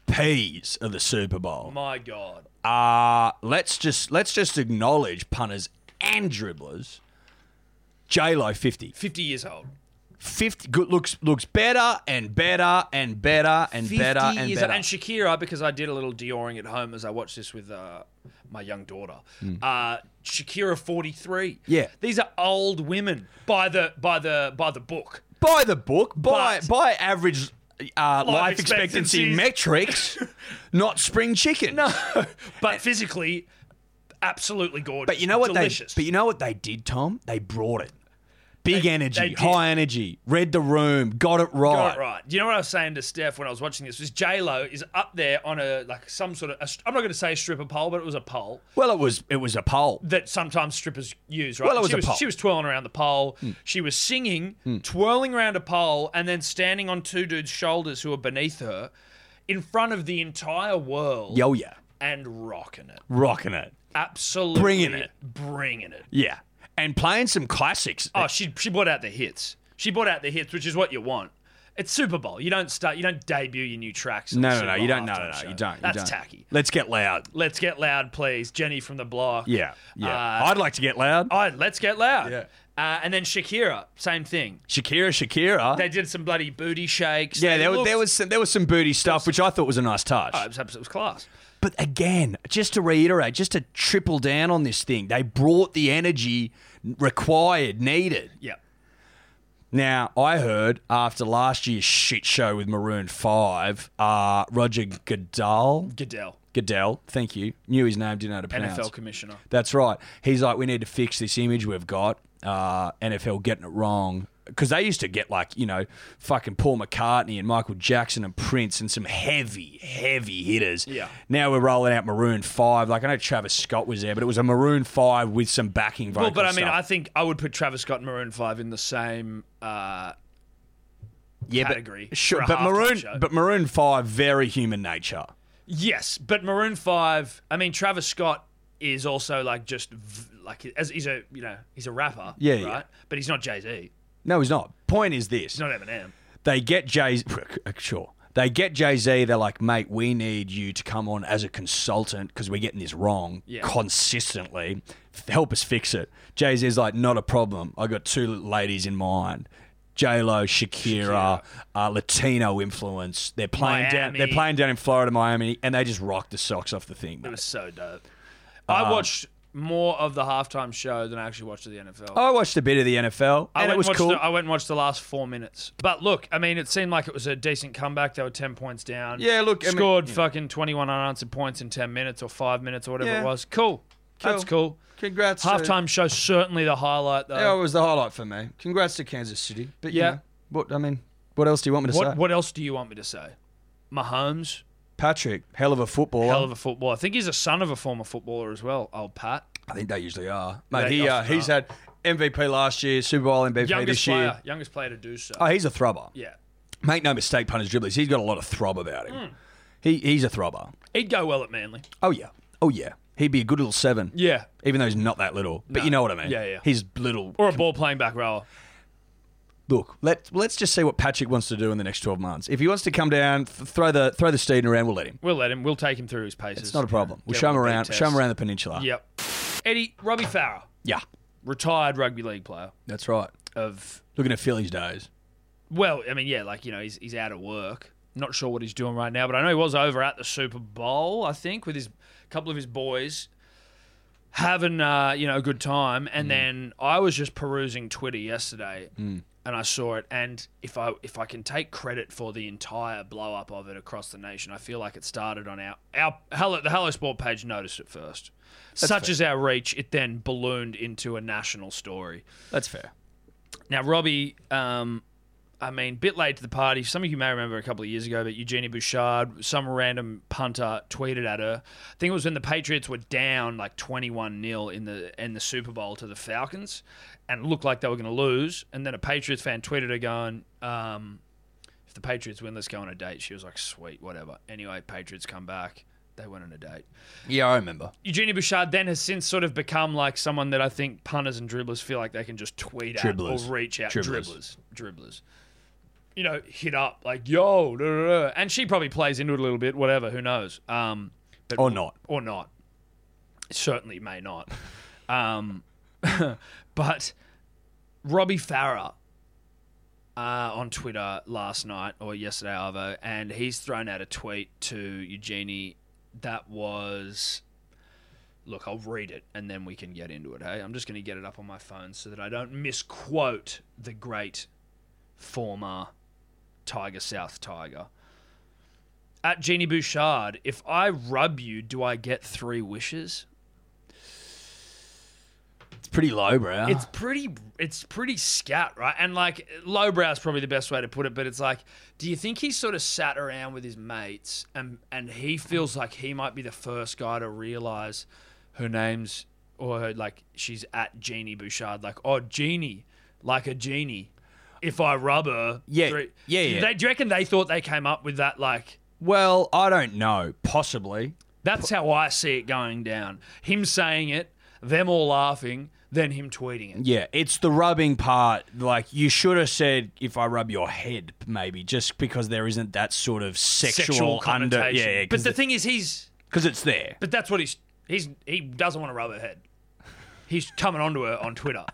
C: MVPs of the Super Bowl.
B: My God,
C: Uh, let's just let's just acknowledge punters and dribblers. J Lo 50.
B: 50 years old.
C: 50 good looks looks better and better and better and
B: 50
C: better and
B: years
C: better.
B: And Shakira, because I did a little Dioring at home as I watched this with uh, my young daughter. Uh, Shakira, forty-three.
C: Mm. Yeah.
B: these are old women by the by the by the book.
C: by the book, by
B: But-
C: by average uh, life, expectancy
B: expectancies.
C: metrics,
B: <laughs>
C: not spring chicken. No,
B: But physically, absolutely gorgeous.
C: but you know what
B: Delicious.
C: they but you know what they did, Tom? They brought it. Big energy,
B: they did.
C: high energy, read the room, got it right.
B: Got it right. Do you know what I was saying to Steph when I was watching this? Was J Lo is up there on a like some sort of i I'm not going to say stripper pole, but it was a pole.
C: Well, it was it was a poll.
B: that sometimes strippers use, right?
C: Well, it
B: And
C: was
B: she
C: a pole. Hmm.
B: She was twirling around the pole. She was singing, twirling around a pole, and then standing on two dudes' shoulders who were beneath her in front of the entire world
C: Yo yeah,
B: and rocking it.
C: rocking it.
B: Absolutely.
C: Bringing it.
B: Bringing it.
C: Yeah, and playing some classics.
B: Oh, she, she brought out the hits. She brought out the hits, which is what you want. It's Super Bowl. You don't start. You don't debut your new tracks. on the
C: no, no,
B: Super
C: no,
B: Bowl
C: you don't. No, no,
B: halftime
C: no,
B: show.
C: you don't. you
B: That's
C: don't.
B: tacky.
C: Let's get loud.
B: Let's get loud, please. Jenny from the block.
C: Yeah, yeah.
B: Uh,
C: I'd like to get loud.
B: Oh, let's get loud.
C: Yeah.
B: Uh, and then Shakira, same thing.
C: Shakira, Shakira.
B: They did some bloody booty shakes.
C: yeah,
B: They
C: there, was
B: looked-
C: there was some, there was some booty stuff, which I thought was a nice touch.
B: Oh, it, was, it was class.
C: But again, just to reiterate, just to triple down on this thing, they brought the energy required, needed.
B: Yeah.
C: Now, I heard after last year's shit show with Maroon 5, uh, Roger Goodell,
B: Goodell,
C: Goodell, thank you, knew his name, didn't know how to pronounce
B: NFL commissioner.
C: That's right. He's like, we need to fix this image we've got. Uh, NFL getting it wrong. Because they used to get like, you know, fucking Paul McCartney and Michael Jackson and Prince and some heavy, heavy hitters.
B: Yeah.
C: Now we're rolling out Maroon 5. Like, I know Travis Scott was there, but it was a Maroon 5 with some backing
B: Well,
C: vocals.
B: but I mean, I think I would put Travis Scott and Maroon Five in the same. Uh,
C: yeah,
B: category
C: But, sure,
B: for a
C: but,
B: halftime
C: Maroon,
B: show.
C: but Maroon 5, very human nature.
B: yes, but Maroon Five. I mean, Travis Scott is also like just v- like as he's a you know he's a rapper.
C: Yeah,
B: Right.
C: yeah.
B: But he's not Jay Z.
C: No, he's not. Point is this.
B: He's not Eminem.
C: they get Jay sure. They get Jay Z. They're like, mate, we need you to come on as a consultant because we're getting this wrong
B: Yeah.
C: consistently. F- Help us fix it. Jay Z's like, not a problem. I got two ladies in mind. J Lo, Shakira, Uh, Latino influence. They're playing down. They're
B: Miami.
C: playing down in Florida, Miami, and they just rock the socks off the thing.
B: It
C: mate.
B: was so dope.
C: Um,
B: I watched more of the halftime show than I actually watched of the NFL.
C: I watched a bit of the NFL,
B: I
C: Oh, and
B: went
C: it
B: and
C: was
B: watched
C: cool.
B: The, uh, I went and watched the last four minutes. But look, I mean, it seemed like it was a decent comeback. They were ten points down.
C: Yeah, look, I mean-
B: scored fucking twenty-one unanswered points in ten minutes or five minutes or whatever
C: Yeah.
B: it was. Cool, that's cool.
A: Congrats.
B: Halftime show certainly the highlight though.
A: That was the highlight for me. Congrats to Kansas City. But yeah,
B: Yeah.
A: what I mean, what else do you want me to
B: what
A: say?
B: what else do you want me to say? Mahomes,
C: Patrick, hell of a footballer.
B: hell of a footballer. I think he's a son of a former footballer as well. Old Pat,
C: I think they usually are. Mate,
B: They
C: he, uh,
B: often
C: he's had MVP last year, Super Bowl MVP
B: youngest
C: this year.
B: player, youngest player to do so.
C: Oh, he's a throbber.
B: yeah,
C: Make no mistake, punters, dribblers. He's got a lot of throb about him.
B: Hmm.
C: He, he's a throbber.
B: he'd go well at Manly.
C: Oh, yeah. Oh, yeah. He'd be a good little seven.
B: Yeah,
C: Even though he's not that little. But you know what I mean.
B: Yeah, yeah.
C: He's little.
B: or a ball playing back rower.
C: Look, let, let's just see what Patrick wants to do in the next 12 months. If he wants to come down, th- throw the throw the steed around, we'll let him.
B: We'll let him. We'll take him through his paces.
C: It's not a problem. We'll
B: Get
C: show him
B: on the
C: around.
B: big
C: Show him
B: test.
C: around the peninsula.
B: Yep. Eddie, Robbie Farah,
C: Yeah.
B: retired rugby league player
C: That's right.
B: of,
C: Looking at Phillies days.
B: well, I mean, yeah, like, you know, he's, he's out of work. Not sure what he's doing right now, but I know he was over at the Super Bowl, I think, with his couple of his boys
C: Mm.
B: having, uh, you know, a good time. And then I was just perusing Twitter yesterday. and I saw it. And if I if I can take credit for the entire blow up of it across the nation, I feel like it started on our our hello the Hello Sport page noticed it first. Such is our reach, it then ballooned into a national story.
C: That's fair.
B: Now, Robbie, um, I mean, bit late to the party. Some of you may remember a couple of years ago, but Eugenie Bouchard, some random punter, tweeted at her. I think it was when the Patriots were down like twenty-one 0 in the in the Super Bowl to the Falcons, and it looked like they were going to lose. And then a Patriots fan tweeted her going, um, "If the Patriots win, let's go on a date." She was like, "Sweet, whatever." Anyway, Patriots come back. They went on a date.
C: Yeah, I remember.
B: Eugenie Bouchard then has since sort of become like someone that I think punters and dribblers feel like they can just tweet
C: Dribblers.
B: at or reach out.
C: Dribblers.
B: Dribblers. Dribblers. You know, hit up like, yo, da, da, da. and she probably plays into it a little bit, whatever, who knows. Um, but
C: Or not.
B: Or not. Certainly may not. Um, <laughs> but Robbie Farah uh, on Twitter last night or yesterday, either, and he's thrown out a tweet to Eugenie that was. Look, I'll read it and then we can get into it. Hey, I'm just going to get it up on my phone so that I don't misquote the great former Tiger South Tiger. At Jeannie Bouchard, if I rub you, do I get three wishes?
C: It's pretty low, bro.
B: it's pretty it's pretty scat right and like lowbrow is probably the best way to put it but it's like do you think he sort of sat around with his mates and and he feels like he might be the first guy to realize her name's or her, like she's at Jeannie Bouchard like oh Jeannie like a genie if I rub her
C: Yeah,
B: three-
C: yeah, yeah.
B: They, do you reckon they thought they came up with that like
C: well, I don't know. Possibly.
B: that's how I see it going down him saying it them all laughing then him tweeting it
C: Yeah, it's the rubbing part. Like you should have said, "If I rub your head, maybe," just because there isn't that sort of sexual, under. Yeah, yeah,
B: but
C: because
B: the thing is, he's
C: it's there.
B: but that's what he's he's he doesn't want to rub her head. He's coming onto her on Twitter,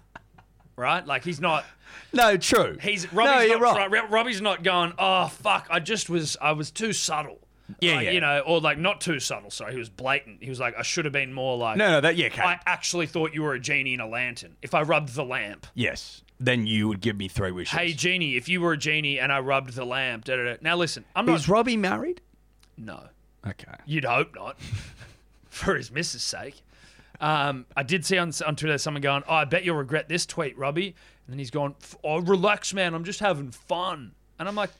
B: right? Like he's not.
C: No, true.
B: He's
C: no,
B: Robbie's
C: you're
B: not.
C: right.
B: Ro- Robbie's not going. Oh fuck! I just was. I was too subtle.
C: Yeah,
B: Like,
C: yeah.
B: You know, or like not too subtle. Sorry, he was blatant. He was like, I should have been more like.
C: No, no, that yeah, okay.
B: I actually thought you were a genie in a lantern. If I rubbed the lamp.
C: yes. Then you would give me three wishes.
B: Hey genie, if you were a genie and I rubbed the lamp, da da da. Now listen, I'm not.
C: is Robbie married?
B: no,
C: Okay.
B: You'd hope not, <laughs> for his missus' sake. Um, I did see on, on Twitter someone going, oh, "I bet you'll regret this tweet, Robbie." And then he's gone, "F- "Oh, relax, man. I'm just having fun." And I'm like,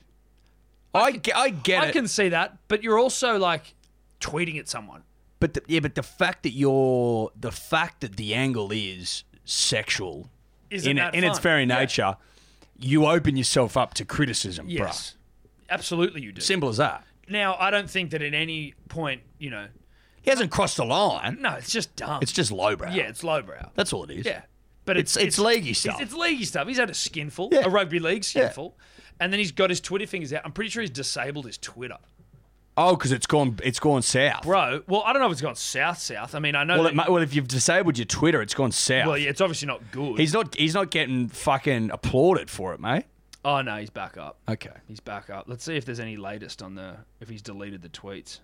C: I, ge- I get
B: "I
C: it.
B: can see that, but you're also like tweeting at someone."
C: But the, yeah, but the fact that you're the fact that the angle is sexual
B: Isn't
C: in,
B: that
C: in its
B: fun?
C: very
B: Yeah.
C: nature, you open yourself up to criticism, bruh.
B: Yes, absolutely, you do.
C: Simple as that.
B: now, I don't think that at any point, you know,
C: He hasn't crossed the line.
B: no, it's just dumb.
C: It's just lowbrow.
B: yeah, it's lowbrow.
C: that's all it is.
B: Yeah, but
C: It's-
B: it's
C: it's leaguey stuff.
B: It's, it's leaguey stuff. He's had a skinful,
C: Yeah.
B: a rugby league skinful, and then he's got his Twitter fingers out. I'm pretty sure he's disabled his Twitter,
C: Oh, because it's gone. It's gone south.
B: bro. Well, I don't know if it's gone south south. I mean, I know.
C: Well,
B: that-
C: it, ma- well, if you've disabled your Twitter, it's gone south.
B: well, yeah, it's obviously not good.
C: He's not. He's not getting fucking applauded for it, mate.
B: oh no, he's back up.
C: Okay.
B: He's back up. Let's see if there's any latest on the if he's deleted the tweets.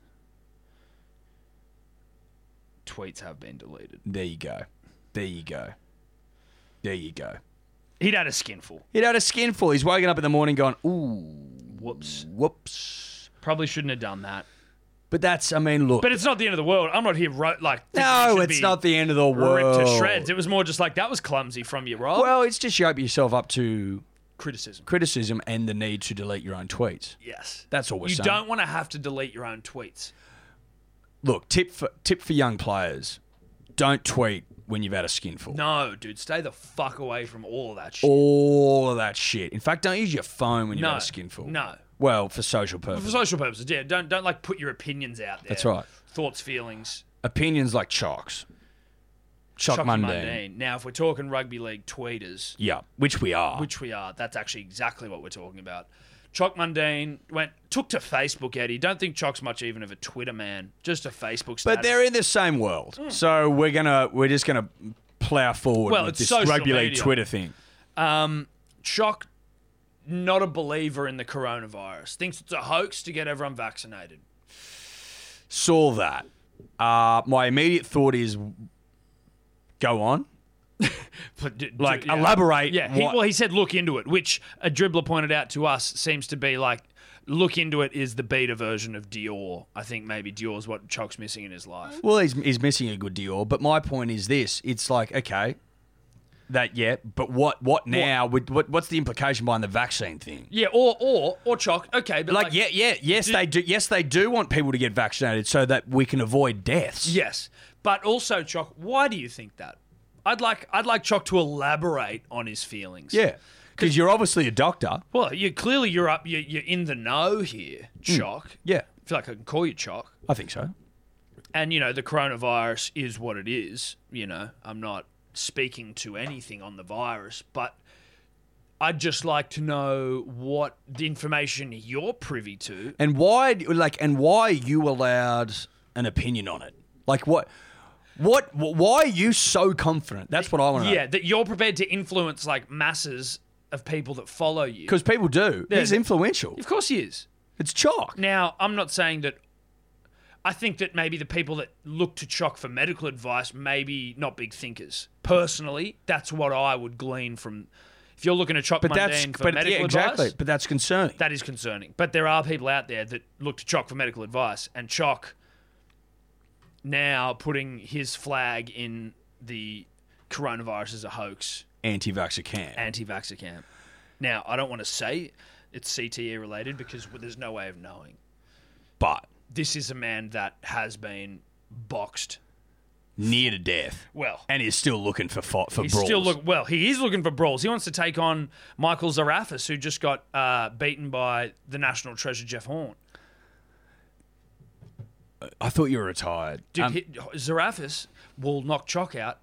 B: Tweets have been deleted.
C: There you go. There you go. There you go.
B: He'd had a skinful.
C: He'd had a skinful. He's waking up in the morning going, ooh,
B: Whoops.
C: whoops.
B: Probably shouldn't have done that.
C: But that's. I mean, look.
B: But it's not the end of the world. I'm not here ro- like thinking you
C: no,
B: should
C: it's
B: be
C: not the end of the world.
B: ripped to shreds. It was more just like that was clumsy from you, Rob.
C: Well, it's just you open yourself up to
B: criticism.
C: criticism and the need to delete your own tweets.
B: Yes.
C: That's all we're
B: you
C: saying.
B: don't want to have to delete your own tweets.
C: Look, tip for tip for young players: don't tweet when you've had a skinful.
B: No, dude, stay the fuck away from all of that shit.
C: All of that shit. In fact, don't use your phone when you've
B: no.
C: had a skinful.
B: No.
C: Well, for social
B: For
C: purposes,
B: social purposes, yeah. Don't don't like put your opinions out there.
C: That's right.
B: Thoughts, feelings.
C: opinions like chalks, chalk
B: Chucky
C: Monday.
B: mundane. Now, if we're talking rugby league tweeters,
C: Yeah, which we are.
B: which we are, that's actually exactly what we're talking about. Chalk Mundane went took to Facebook, Eddie. Don't think Chalk's much even of a Twitter man, just a Facebook status.
C: But they're in the same world, so we're gonna we're just gonna plow forward
B: Hmm. Well,
C: with
B: it's
C: this
B: social
C: rugby league
B: media.
C: Twitter thing.
B: Um, Chock, not a believer in the coronavirus, thinks it's a hoax to get everyone vaccinated.
C: Saw that. Uh, my immediate thought is, go on.
B: But d- d-
C: Like,
B: yeah.
C: elaborate
B: Yeah. He,
C: what-
B: well, he said look into it, which a dribbler pointed out to us seems to be like look into it is the beta version of Dior. I think maybe Dior's what Chuck's missing in his life.
C: Well, he's, he's missing a good deal, but my point is this: it's like okay, that yeah, but what what now? What, what what's the implication behind the vaccine thing?
B: Yeah. Or or or Chuck. Okay. But
C: Like, yeah, yeah, yes, they do. Yes, they do want people to get vaccinated so that we can avoid deaths.
B: Yes, but also Chalk. Why do you think that? I'd like I'd like Chalk to elaborate on his feelings.
C: yeah, because you're obviously a doctor.
B: Well, you clearly you're up. You're, you're in the know here, Chalk.
C: Yeah,
B: I feel like I can call you Chalk.
C: I think so.
B: And you know the coronavirus is what it is. You know I'm not speaking to anything on the virus, but I'd just like to know what the information you're privy to.
C: And why, like, and why are you allowed an opinion on it? Like, what, what, why are you so confident? That's what I want to know.
B: Yeah, that you're prepared to influence like masses of people that follow you.
C: because people do.
B: Yeah.
C: He's influential.
B: Of course he is.
C: It's chalk.
B: Now, I'm not saying that. I think that maybe the people that look to Chock for medical advice maybe not big thinkers. Personally, that's what I would glean from. If you're looking to Chock
C: But that's,
B: Mundane for
C: but
B: medical
C: yeah, exactly.
B: advice,
C: But that's concerning.
B: that is concerning. But there are people out there that look to Chock for medical advice, and Chock now putting his flag in the coronavirus as a hoax
C: Anti-vaxxer can.
B: anti-vaxxer camp. Now, I don't want to say it's CTE related because there's no way of knowing.
C: but
B: this is a man that has been boxed.
C: near to death,
B: Well,
C: and is still looking for fo- for
B: he's
C: brawls.
B: still look well. He is looking for brawls. He wants to take on Michael Zarafis, who just got uh, beaten by the national treasure Jeff Horn.
C: I thought you were retired.
B: Dude,
C: Um,
B: he, Zarafis will knock Chalk out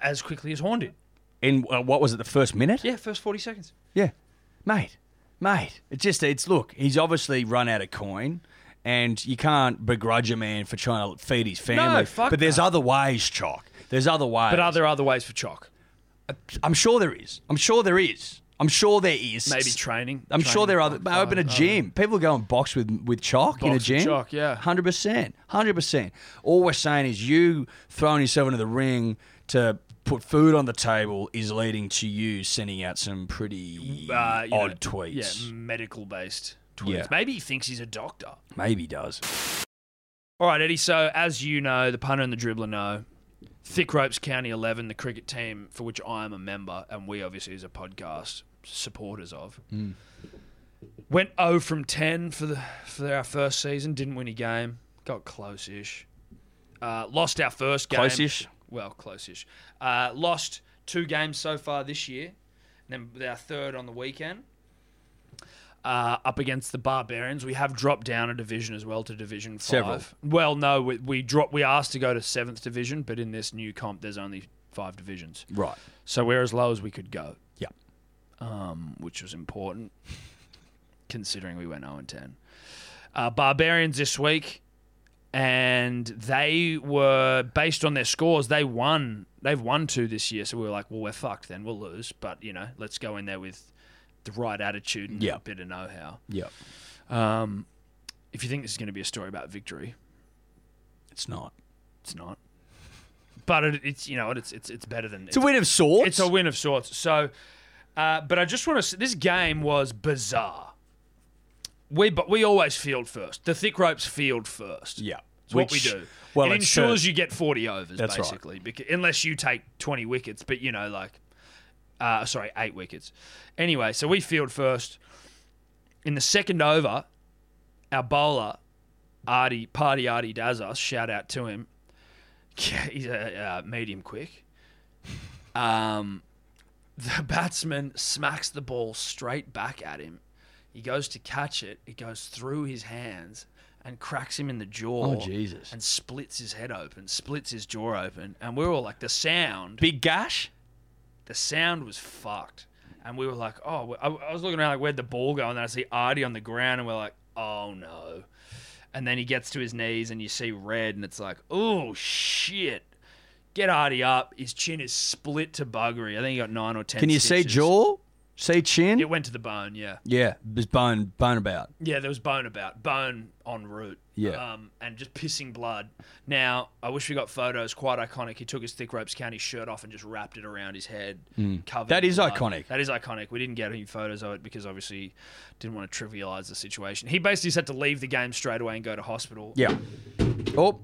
B: as quickly as Horn did.
C: in uh, what was it, the first minute?
B: Yeah, first forty seconds.
C: Yeah. Mate, mate. It just, it's look, he's obviously run out of coin. And you can't begrudge a man for trying to feed his family.
B: fuck
C: but there's
B: no.
C: other ways, Chalk. There's other ways.
B: But are there other ways for Chalk?
C: I'm sure there is. I'm sure there is. I'm sure there is.
B: Maybe training.
C: I'm
B: Training
C: sure there are. Other,
B: can't
C: I open a
B: find-
C: gym. People go and box with with chalk in a
B: Box with
C: gym.
B: chalk, yeah.
C: hundred percent, hundred percent. All we're saying is you throwing yourself into the ring to put food on the table is leading to you sending out some pretty
B: uh, you know,
C: odd tweets.
B: Yeah, mm. medical based tweets.
C: Yeah.
B: Maybe he thinks he's a doctor.
C: Maybe does.
B: All right, Eddie. So, as you know, the punter and the dribbler know, Thick Ropes County 11, the cricket team for which I am a member, and we obviously as a podcast supporters of, went 0 from 10 for the for our first season. Didn't win a game. Got close-ish. Uh, lost our first game.
C: Close-ish?
B: Well, close-ish. Uh, lost two games so far this year, and then our third on the weekend uh, up against the Barbarians. We have dropped down a division as well to Division Five.
C: Several.
B: Well, no, we, we dropped. We asked to go to Seventh Division, but in this new comp, there's only five divisions,
C: Right.
B: so we're as low as we could go,
C: Yeah.
B: um, which was important <laughs> considering we went 0 and 10. Uh, Barbarians this week, and they were based on their scores. They won. They've won two this year, so we were like, well, we're fucked. Then we'll lose, but you know, let's go in there with the right attitude and
C: Yeah.
B: a bit of know-how.
C: Yeah.
B: Um, if you think this is going to be a story about victory,
C: It's not.
B: it's not. But it, it's you know it's it's it's better than
C: It's a win of sorts.
B: it's a win of sorts. So, uh, but I just want to. This game was bizarre. We but we always field first. The thick ropes field first.
C: Yeah.
B: It's what we
C: Which-
B: do.
C: Well,
B: it
C: it's
B: ensures
C: true.
B: you get 40 overs,
C: That's right.
B: basically, becau- unless you take 20 wickets, but you know, like, uh, sorry, eight wickets. Anyway, so we field first. In the second over, our bowler, Artie, Party Artie Dazas, shout out to him. He's a uh, medium quick. Um, the <laughs> batsman smacks the ball straight back at him. He goes to catch it. It goes through his hands and cracks him in the jaw.
C: Oh, Jesus.
B: And splits his head open, splits his jaw open, and we were all like, the sound,
C: Big gash.
B: the sound was fucked, and we were like, oh, I, I was looking around like, where'd the ball go? And then I see Artie on the ground, and we're like, oh no. And then he gets to his knees, and you see red, and it's like, oh shit. Get Artie up. His chin is split to buggery. I think he got nine or ten.
C: Can you see
B: stitches.
C: jaw? See chin?
B: It went to the bone, yeah.
C: yeah, there's bone bone about.
B: Yeah, there was bone about bone en route.
C: Yeah.
B: um, and just pissing blood. Now I wish we got photos. Quite iconic. He took his thick ropes county shirt off and just wrapped it around his head. Covered
C: Mm. That
B: in
C: is
B: blood.
C: iconic.
B: That is iconic. We didn't get any photos of it because obviously didn't want to trivialize the situation. He basically just had to leave the game straight away and go to hospital.
C: Yeah. Oh,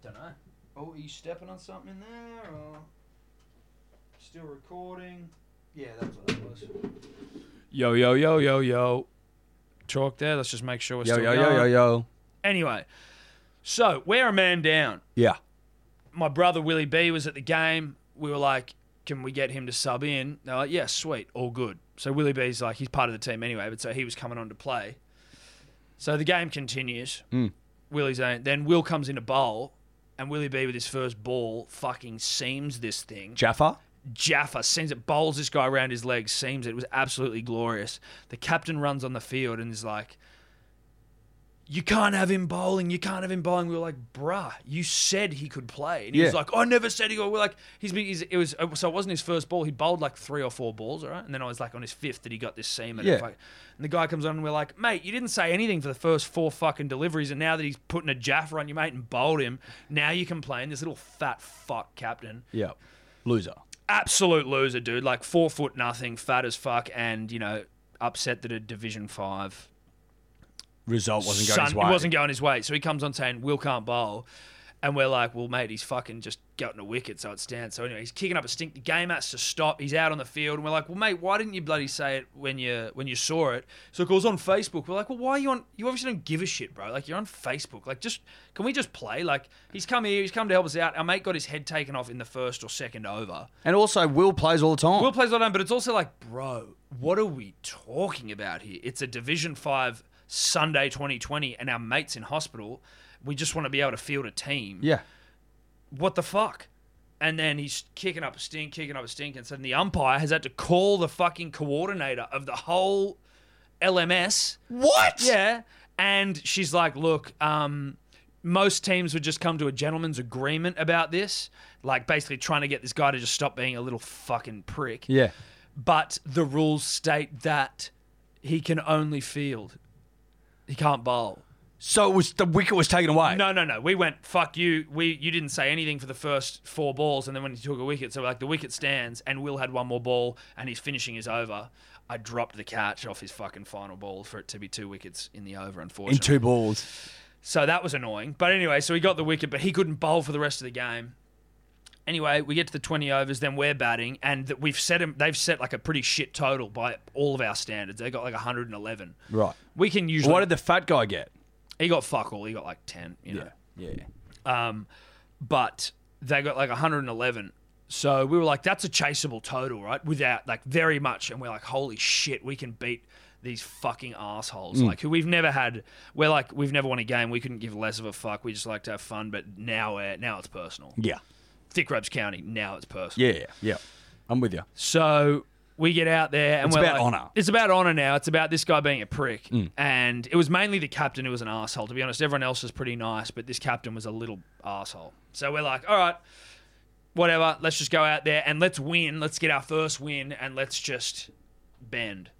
B: Don't know. Oh, are you stepping on something in there or still recording? Yeah, that's what it was. Yo yo yo yo yo. Talk there. Let's just make sure we're
C: yo
B: still
C: yo
B: going.
C: yo yo yo.
B: Anyway, so we're a man down.
C: Yeah.
B: My brother Willie B was at the game. We were like, can we get him to sub in? They're like, yeah, sweet, all good. So Willie B's like, he's part of the team anyway, but so he was coming on to play. So the game continues. Willie's in. Then Will comes in to bowl, and Willie B with his first ball fucking seams this thing.
C: Jaffa.
B: Jaffa seems it bowls this guy around his legs. Seems it was absolutely glorious. The captain runs on the field and is like, "You can't have him bowling. You can't have him bowling." We were like, "Bruh, you said he could play." And he was
C: Yeah.
B: like, "I never said he could." We're like, "He's, been- he's it was uh, so it wasn't his first ball. He bowled like three or four balls, all right." And then I was like on his fifth that he got this seam. And,
C: Yeah.
B: fuck- and the guy comes on and we're like, "Mate, you didn't say anything for the first four fucking deliveries, and now that he's putting a Jaffa on you, mate, and bowled him, now you complain." This little fat fuck captain
C: Yeah. Loser.
B: absolute loser, dude. Like four foot nothing, fat as fuck, and you know upset that a Division Five
C: Result wasn't going
B: son-
C: his way.
B: It wasn't going his way. So he comes on saying Will can't bowl, and we're like, well, mate, he's fucking just gotten a wicket, so it stands. So anyway, he's kicking up a stink. The game has to stop. He's out on the field, and we're like, well, mate, why didn't you bloody say it when you when you saw it? So it goes on Facebook. We're like, well, why are you on? You obviously don't give a shit, bro. Like you're on Facebook. Like just can we just play? Like he's come here. He's come to help us out. Our mate got his head taken off in the first or second over.
C: And also, Will plays all the time.
B: Will plays all time, but it's also like, bro, what are we talking about here? It's a Division Five Sunday 2020, and our mates in hospital. We just want to be able to field a team.
C: yeah.
B: What the fuck? And then he's kicking up a stink, kicking up a stink, and suddenly the umpire has had to call the fucking coordinator of the whole LMS.
C: What?
B: Yeah. And she's like, look, um, most teams would just come to a gentleman's agreement about this, like basically trying to get this guy to just stop being a little fucking prick
C: Yeah.
B: but the rules state that he can only field. He can't bowl.
C: So it was the wicket was taken away.
B: No, no, no. We went fuck you. We you didn't say anything for the first four balls, and then when he took a wicket, so like the wicket stands, and Will had one more ball, and his finishing is over. I dropped the catch off his fucking final ball for it to be two wickets in the over, unfortunately.
C: In two balls.
B: So that was annoying. But anyway, so he got the wicket, but he couldn't bowl for the rest of the game. Anyway, we get to the 20 overs, then we're batting, and th- we've set 'em- They've set like a pretty shit total by all of our standards. They got like 111.
C: Right.
B: We can usually.
C: What did the fat guy get?
B: he got fuck all. He got like 10. You know.
C: Yeah.
B: Um, but they got like 111. So we were like, that's a chaseable total, right? Without like very much. And we're like, holy shit, we can beat these fucking assholes. Like, who we've never had. We're like, we've never won a game. We couldn't give less of a fuck. We just like to have fun. But now, we're, now it's personal.
C: Yeah.
B: Thick Ropes County, now it's personal.
C: Yeah. Yeah. I'm with you.
B: So we get out there and
C: It's
B: we're
C: about Mm.
B: like-
C: honour.
B: It's about honor now. It's about this guy being a prick. And it was mainly the captain who was an asshole. To be honest, everyone else was pretty nice, but this captain was a little asshole. So we're like, all right, whatever. Let's just go out there and let's win. Let's get our first win and let's just bend.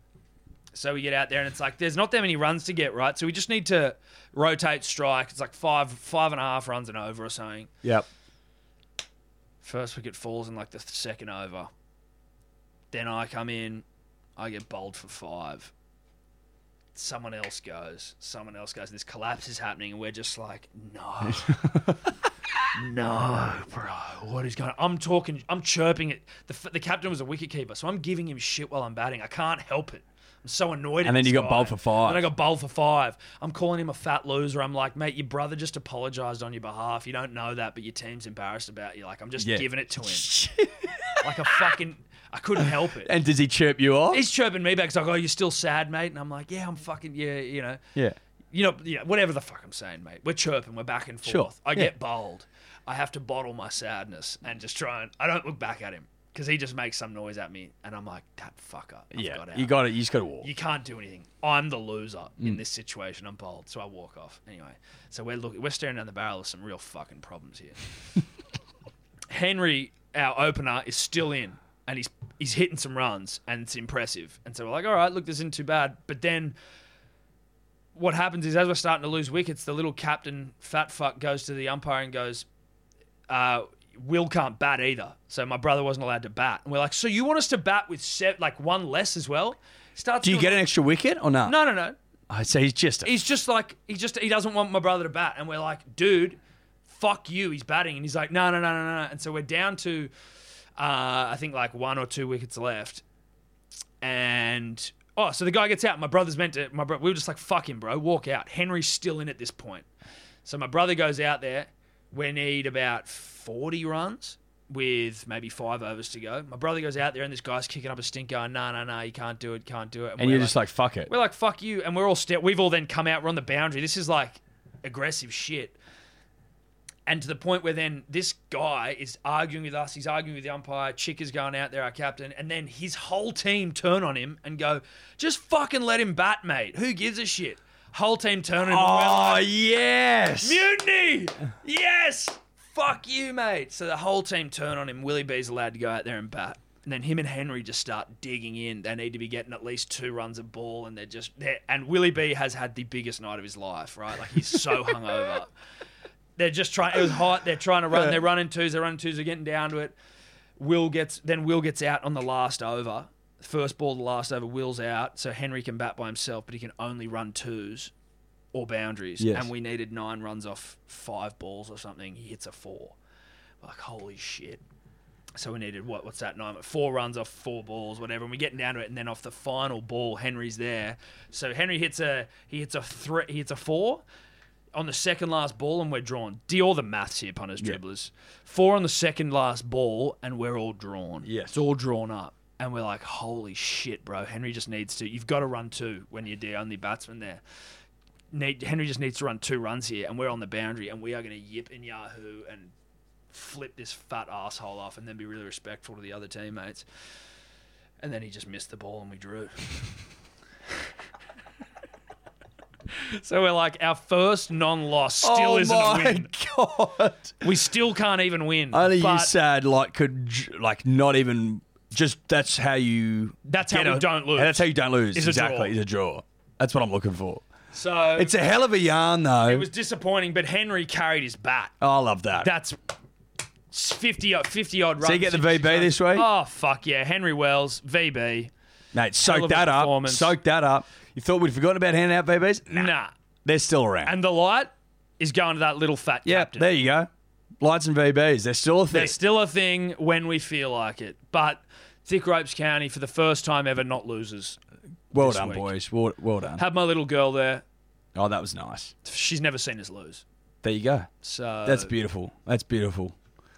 B: So we get out there and it's like there's not that many runs to get right. So we just need to rotate strike. It's like five five and a half runs and over or something.
C: Yep.
B: First wicket falls in like the second over. Then I come in, I get bowled for five. Someone else goes, someone else goes. This collapse is happening, and we're just like,
C: <laughs>
B: no, no, bro, what is going? on? I'm talking, I'm chirping it. The, f- the captain was a wicket keeper, so I'm giving him shit while I'm batting. I can't help it. I'm so annoyed. at
C: And then
B: this
C: you got
B: guy.
C: bowled for five.
B: And I got bowled for five. I'm calling him a fat loser. I'm like, mate, your brother just apologized on your behalf. You don't know that, but your team's embarrassed about you. Like, I'm just
C: Yeah.
B: giving it to him
C: <laughs>
B: like a fucking. I couldn't help it.
C: And does he chirp you off?
B: He's chirping me back. He's like, "Oh, you're still sad, mate," and I'm like, "Yeah, I'm fucking yeah, you know,
C: Yeah.
B: you know, you know, whatever the fuck I'm saying, mate. We're chirping, we're back and forth.
C: Sure,
B: I
C: yeah.
B: get bold. I have to bottle my sadness and just try and I don't look back at him because he just makes some noise at me, and I'm like, "That fucker, I've
C: Yeah.
B: got out.
C: you got it. You just got to walk.
B: You can't do anything. I'm the loser
C: Hmm.
B: in this situation. I'm bold, so I walk off. Anyway, so we're looking, we're staring down the barrel of some
C: <laughs>
B: real fucking problems here. Henry, our opener, is still in. and he's he's hitting some runs and it's impressive. And so we're like, all right, look, this isn't too bad. But then what happens is as we're starting to lose wickets, the little captain fat fuck goes to the umpire and goes, uh, Will can't bat either, so my brother wasn't allowed to bat. And we're like, so you want us to bat with set, like one less as well? Starts
C: Do you
B: doing-
C: get an extra wicket or not?
B: No, no, no.
C: I say he's just. A,
B: He's just like he just he doesn't want my brother to bat, and we're like, dude, fuck you. He's batting, and he's like, no, no, no, no, no. And so we're down to, uh, I think like one or two wickets left, and oh, so the guy gets out. My brother's meant to. My bro, we were just like, fuck him, bro, walk out. Henry's still in at this point, so my brother goes out there. We need about forty runs. With maybe five overs to go, my brother goes out there and this guy's kicking up a stink, going, "No, no, no, you can't do it, can't do it."
C: and
B: we're
C: you're just like fuck it.
B: we're like, fuck you. And we're all st- we've all then come out, we're on the boundary. This is like aggressive shit. And to the point where then this guy is arguing with us, he's arguing with the umpire, Chick is going out there, our captain, and then his whole team turn on him and go, just fucking let him bat, mate. Who gives a shit? Whole team turn on him. and we're
C: Oh
B: like,
C: yes.
B: Mutiny! Yes! Fuck you, mate. So the whole team turn on him. Willie B's allowed to go out there and bat. And then him and Henry just start digging in. They need to be getting at least two runs a ball, and they're just they're, and Willie B has had the biggest night of his life, right? Like he's so hungover. They're just trying. It was hot. They're trying to run. They're running twos. They're running twos. They're getting down to it. Will gets then Will gets out on the last over. First ball, the last over. Will's out, so Henry can bat by himself, but he can only run twos or boundaries.
C: Yes.
B: And we needed nine runs off five balls or something. He hits a four. Like holy shit. So we needed what? What's that? Nine, four runs off four balls, whatever. And we're getting down to it, and then off the final ball, Henry's there. So Henry hits a he hits a three, he hits a four on the second last ball, and we're drawn. Do all the maths here, punters, dribblers. Four on the second last ball, and we're all drawn.
C: Yes.
B: it's all drawn up, and we're like, holy shit, bro. Henry just needs to. You've got to run two when you're the only batsman there need, Henry just needs to run two runs here, and we're on the boundary, and we are going to yip in Yahoo and flip this fat asshole off, and then be really respectful to the other teammates. And then he just missed the ball, and we drew. so we're like, our first non-loss still
C: oh
B: isn't
C: my
B: a win.
C: <laughs> god.
B: We still can't even win.
C: Only
B: but
C: you sad like could j- like not even just that's how you
B: That's how
C: get
B: we
C: a-
B: don't lose.
C: and that's how you don't lose
B: Is a draw.
C: exactly. Is a draw. That's what I'm looking for.
B: so
C: It's a hell of a yarn though. Oh,
B: it was disappointing, but Henry carried his bat.
C: I love that.
B: That's 50 odd, 50 odd runs.
C: so you get the
B: 60
C: VB this week,
B: Oh fuck yeah, Henry Wells, VB.
C: mate.
B: hell
C: Soak
B: of a
C: that up.
B: performance.
C: Soak that up. You thought we'd forgotten about handing out VBs?
B: Nah.
C: They're still around.
B: And the light is going to that little fat
C: yeah,
B: captain.
C: there you go. Lights and VBs. They're still a thing.
B: They're still a thing when we feel like it. But Thick Ropes County for the first time ever not losers.
C: well
B: this
C: done,
B: week.
C: boys. Well, well done.
B: Had my little girl there.
C: Oh, that was nice.
B: She's never seen us lose.
C: There you go.
B: So
C: That's beautiful. That's beautiful.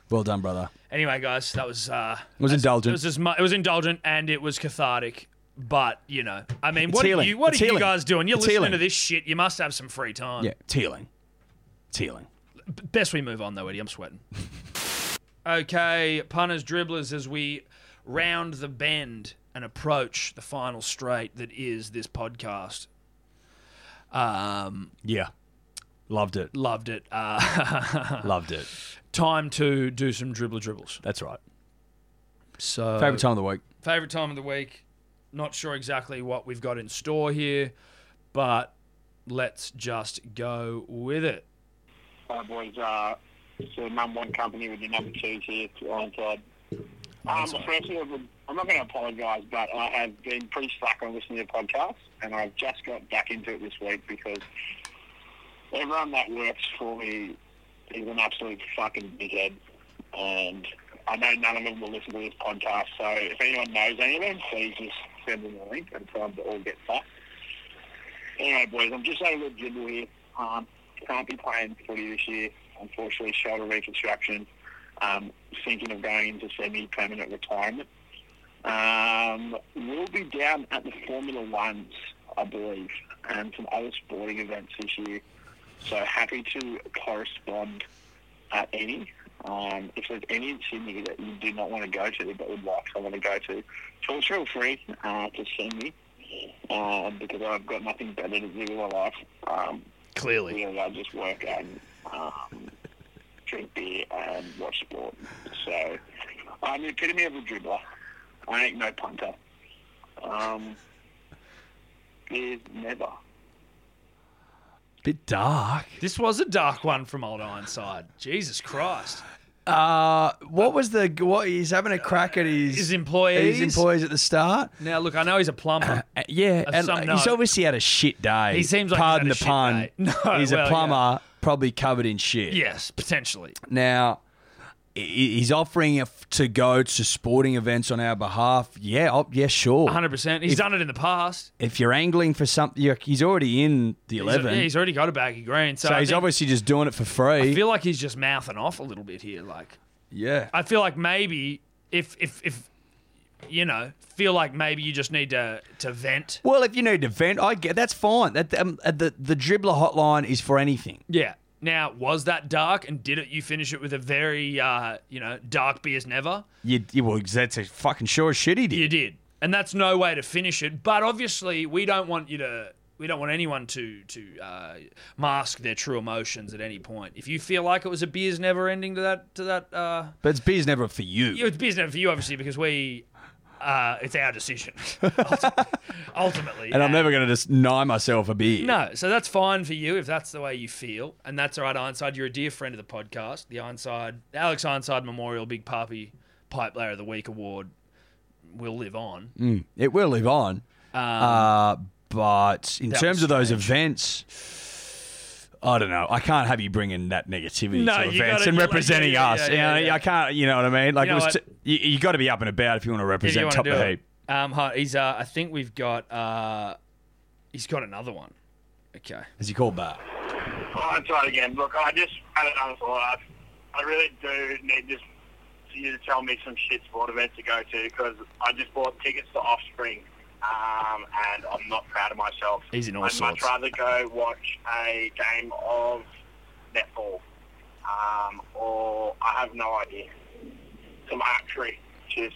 C: Well done, brother.
B: anyway, guys, that was uh
C: It was
B: it
C: indulgent.
B: was as mu- it was indulgent and it was cathartic. But you know, I mean,
C: It's
B: what
C: healing.
B: are you what
C: It's
B: are
C: healing.
B: you guys doing? You're
C: It's
B: listening
C: healing.
B: to this shit. You must have some free time.
C: yeah, tealing. Tealing.
B: Best we move on though, Eddie. I'm sweating.
C: <laughs>
B: okay, punters, dribblers, as we round the bend and approach the final straight that is this podcast. Um,
C: Yeah. Loved it.
B: loved it. Uh, <laughs>
C: Loved it.
B: time to do some dribbler dribbles.
C: That's right.
B: So
C: Favorite time of the week.
B: favorite time of the week. Not sure exactly what we've got in store here, but let's just go with it.
D: Hi, boys. Uh, so, mum one company with the number twos here to Ironside. Um, firstly, I'm I'm not going to apologise, but I have been pretty stuck on listening to podcasts, and I've just got back into it this week because everyone that works for me is an absolute fucking dickhead, and I know none of them will listen to this podcast. So, if anyone knows any of them, please just send them a link and tell them to all get fucked. Anyway, boys, I'm just having a dribble here. Um, can't be playing footy this year, unfortunately. Shoulder reconstruction. Um, thinking of going into semi-permanent retirement. Um, we'll be down at the Formula Ones, I believe, and some other sporting events this year. So happy to correspond at any. Um, if there's any in Sydney that you do not want to go to but would like someone to go to, feel feel free uh, to send me um, because I've got nothing better to do with my life. Um,
B: Clearly.
D: you know, I just work and um, drink beer and watch sport. So I'm the epitome of a dribbler. I ain't no punter. Um, is never.
C: Bit dark.
B: This was a dark one from old Ironside. Jesus Christ.
C: Uh, what was the what? He's having a crack at his
B: His employees.
C: his employees at the start.
B: Now, look, I know he's a plumber.
C: Uh, yeah,
B: Uh,
C: and
B: some
C: he's
B: know.
C: obviously had a shit day.
B: He seems like he's
C: pardon
B: had a shit day. <laughs>
C: the pun.
B: No,
C: <laughs> he's
B: well,
C: a
B: yeah.
C: plumber, probably covered in
B: <clears throat>
C: shit.
B: yes, potentially.
C: Now, i- i- he's offering f- to go to sporting events on our behalf. Yeah, oh, yeah, sure.
B: 100%. He's done it in the past.
C: If you're angling for something, you're, he's already in the
B: He's-
C: eleven.
B: yeah, he's already got a baggy green. So,
C: so
B: I
C: he's
B: think-
C: obviously just doing it for free.
B: I feel like he's just mouthing off a little bit here. Like,
C: yeah.
B: I feel like maybe if, if, if, you know, feel like maybe you just need to, to vent.
C: Well, if you need to vent, I get that's fine. That um, uh, the the dribbler hotline is for anything.
B: Yeah. Now, was that dark and did it, you finish it with a very, uh, you know, dark beers never?
C: You, you well, that's a fucking sure as shit he did.
B: You did, and that's no way to finish it. But obviously, we don't want you to. We don't want anyone to to uh, mask their true emotions at any point. If you feel like it was a beer's never ending to that to that, uh,
C: But it's beer's never for you.
B: yeah, it's beer's never for you, obviously, because we. Uh, it's our decision,
C: <laughs>
B: ultimately. ultimately.
C: and I'm never going to just deny myself a beer.
B: No, so that's fine for you if that's the way you feel, and that's all right, Ironside. You're a dear friend of the podcast, the Ironside, the Alex Ironside Memorial Big Puppy Pipe Layer of the Week Award will live on.
C: Mm, it will live on. uh, but in
B: Um, that
C: terms
B: was
C: of those events, I don't know. I can't have you bringing that negativity
B: No,
C: to
B: you
C: events
B: gotta-
C: and
B: you-
C: representing
B: yeah, yeah,
C: us.
B: yeah,
C: You know,
B: yeah.
C: I can't. You know what I mean? Like
B: You
C: it
B: know
C: was
B: what?
C: t- you, you got to be up and about if you want to
B: If you
C: represent
B: wanna
C: top
B: do
C: of the
B: it.
C: heap.
B: Um, hi- he's. Uh, I think we've got. Uh, he's got another one. Okay.
C: As you call back.
D: I'll try it again. Look, I just had another thought. I, I really do need this for you to tell me some shit sport event to go to because I just bought tickets to Offspring um, and I'm not proud of myself.
B: He's in all
D: I'd
B: sorts.
D: much rather go watch a game of netball um, or I have no idea. Some archery. Cheers.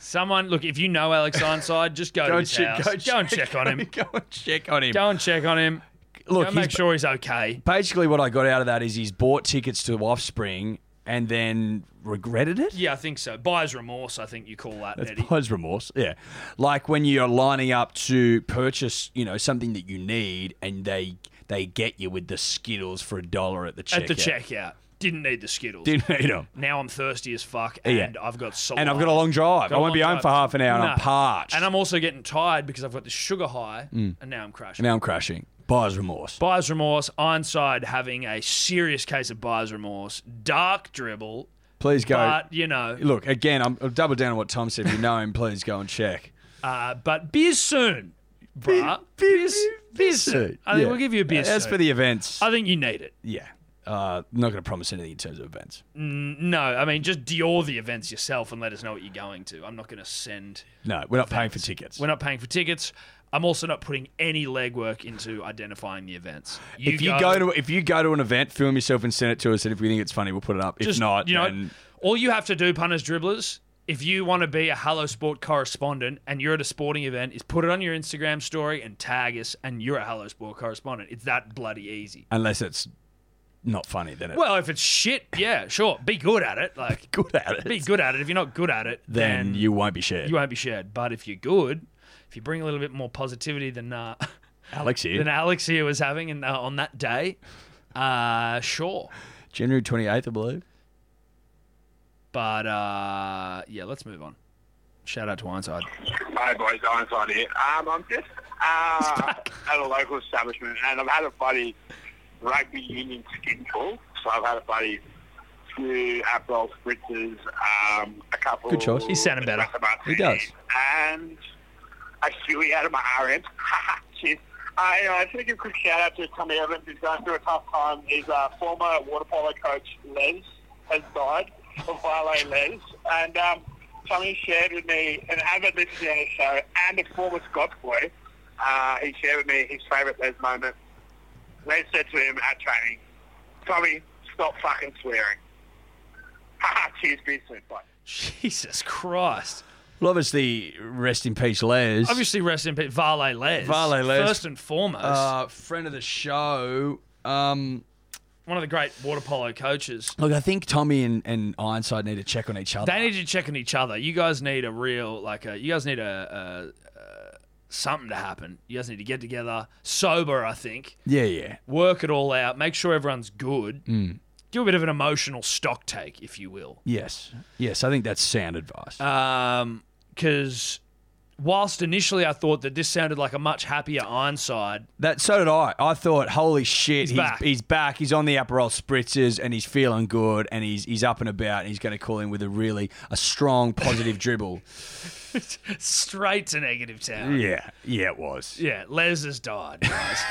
B: Someone, look. If you know Alex Ironside, just
C: <laughs>
B: go, to
C: Go
B: his
C: check-
B: house.
C: go
B: Go, and check on
C: <laughs>
B: him.
C: Go and check on him.
B: Go and check on him.
C: Look,
B: Go
C: he's
B: make sure he's okay.
C: basically what I got out of that is he's bought tickets to Offspring and then regretted it.
B: Yeah, I think so. Buyer's remorse. I think you call that.
C: That's
B: Eddie.
C: buyer's remorse. Yeah, like when you're lining up to purchase, you know, something that you need, and they they get you with the Skittles for a dollar at the checkout.
B: At the checkout, didn't need the skittles.
C: Didn't need 'em.
B: Now I'm thirsty as fuck,
C: Yeah.
B: and I've got saliva.
C: And I've got a long drive.
B: Got
C: I
B: a
C: won't be
B: long
C: home for
B: drive.
C: half an hour, and I'm
B: Nah.
C: parched. Mm.
B: And I'm also getting tired because I've got the sugar high, and now I'm crashing.
C: now I'm crashing. Buyer's remorse.
B: Buyer's remorse. Ironside having a serious case of buyer's remorse. Dark dribble.
C: Please go.
B: But, you know,
C: Look again. I'm I'll double down on what Tom said. If you know him, please go and check.
B: uh, but beers soon, bruh.
C: Beers,
B: I think we'll give you a beer
C: As
B: suit.
C: for the events,
B: I think you need it.
C: yeah. Uh, not going to promise anything in terms of events.
B: No, I mean, just Dior the events yourself and let us know what you're going to. I'm not going to send.
C: No, we're not paying for tickets.
B: We're not paying for tickets. I'm also not putting any legwork into identifying the events. You
C: if you go, to if you go to an event, film yourself and send it to us, and if we think it's funny, we'll put it up. if
B: just,
C: not,
B: you know,
C: then
B: all you have to do, punters, dribblers, if you want to be a Hello Sport correspondent and you're at a sporting event, is put it on your Instagram story and tag us, and you're a Hello Sport correspondent. It's that bloody easy.
C: unless it's not funny, then it's
B: Well, if it's shit, yeah, sure, be good at it. Like,
C: good at it.
B: be good at it. If you're not good at it,
C: then,
B: then,
C: you won't be shared.
B: you won't be shared. But if you're good, if you bring a little bit more positivity than uh, <laughs>
C: Alex here,
B: than Alex here was having in, uh, on that day, uh, sure.
C: January twenty eighth, I believe.
B: But uh, yeah, let's move on. Shout out to Ironside.
D: Hi boys, Ironside here. Um, I'm just uh, at a local establishment and I've had a buddy rugby union skin full. So I've had a buddy few Aperol spritzers, um, a couple.
C: Good choice.
B: He's sounding better.
C: He does.
D: And a Huey out of my <laughs> RM. Cheers. I uh, just want to give a quick shout out to Tommy Evans, who's going through a tough time. His uh, former water polo coach, Les, has died, of
C: <laughs>
D: Wale Les. And um, Tommy shared with me, an avid listener to the show and a former Scots boy, uh, he shared with me his favourite Les moment. Les said to him at training, Tommy, stop fucking swearing. <laughs> Haha, cheers, be soon. Bye.
B: Jesus Christ.
C: Well, obviously, rest in peace, Les.
B: Obviously, rest in peace, Vale Les.
C: Vale Les.
B: First and foremost.
C: uh, friend of the show. Um,
B: one of the great water polo coaches.
C: Look, I think Tommy and, and Ironside need to check on each other.
B: They need to check on each other. You guys need a real like a. You guys need a, a, a something to happen. You guys need to get together, sober. I think
C: yeah, yeah.
B: work it all out. Make sure everyone's good.
C: Hmm.
B: Do a bit of an emotional stock take, if you will.
C: Yes. Yes, I think that's sound advice.
B: because Um, whilst initially I thought that this sounded like a much happier Ironside, <laughs>
C: that so did I. I thought, holy shit, he's, he's
B: back.
C: back. He's on the Aperol spritzers and he's feeling good and he's he's up and about and he's going to call in with a really a strong positive dribble.
B: straight to negative town.
C: Yeah, yeah, it was.
B: Yeah, Les has died, guys.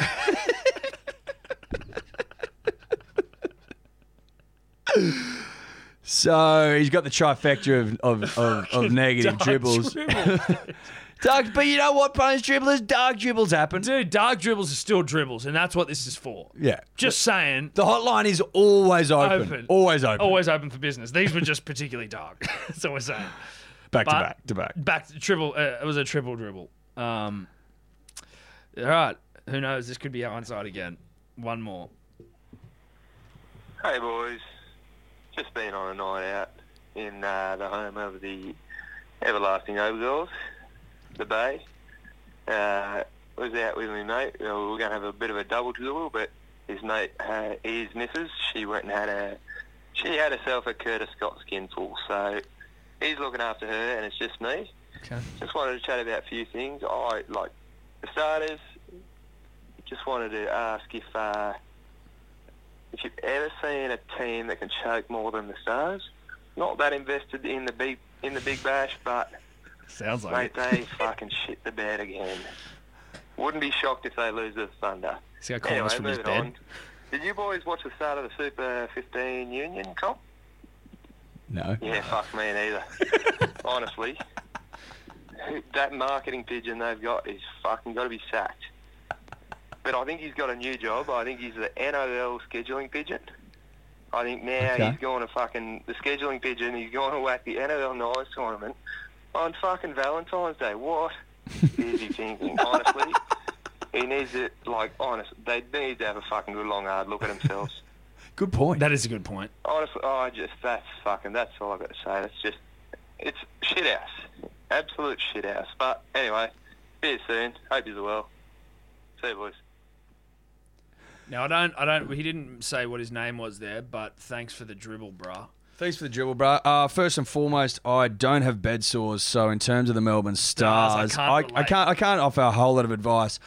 C: So he's got the trifecta of of, of, of negative dribbles. <laughs>
B: Dribble.
C: Dark, but you know what? Punish dribblers, dark dribbles happen.
B: Dude, dark dribbles are still dribbles, and that's what this is for.
C: Yeah.
B: Just saying,
C: The hotline is always open.
B: Open.
C: Always open.
B: always open for business. These were just particularly
C: <laughs>
B: dark. that's what we're saying.
C: back to
B: but-
C: back to back.
B: Back to triple. Uh, it was a triple dribble. Um, all right. Who knows? This could be hindsight again. One more.
E: Hey boys, just been on a night out in uh, the home of the Everlasting Overgirls, the Bay. Uh, was out with my mate. We were going to have a bit of a double double, but his mate, uh, his missus, she went and had a, she had herself a Curtis Scott skinful. So he's looking after her, and it's just me.
B: Okay.
E: Just wanted to chat about a few things. I like for starters. Just wanted to ask if. Uh, if you've ever seen a team that can choke more than the Stars, not that invested in the big in the Big Bash, but
B: Sounds
E: mate, they fucking shit the bed again. Wouldn't be shocked if they lose the Thunder.
B: See how calm us from his
E: uh, moving
B: bed.
E: on. Did you boys watch the start of the Super 15 Union comp?
C: No.
E: Yeah, fuck me neither. Honestly, that marketing pigeon they've got is fucking got to be sacked. But I think he's got a new job. I think he's the NOL scheduling pigeon. I think now
C: Okay.
E: he's going to fucking the scheduling pigeon. He's going to whack the NOL Knives tournament on fucking Valentine's Day. What is he thinking? Honestly, he needs to like honest. They need to have a fucking good long hard look at themselves.
C: Good point.
B: That is a good point.
E: Honestly, oh, I just that's fucking that's all I've got to say. That's just it's shit house, absolute shit house. But anyway, see you soon. Hope you're well. See you, boys.
B: Now I don't, I don't. He didn't say what his name was there, but thanks for the dribble, bruh.
C: Thanks for the dribble, bro. Uh, first and foremost, I don't have bed sores, so in terms of the Melbourne Stars,
B: can't
C: I, I
B: relate.
C: can't I can't offer a whole lot of advice.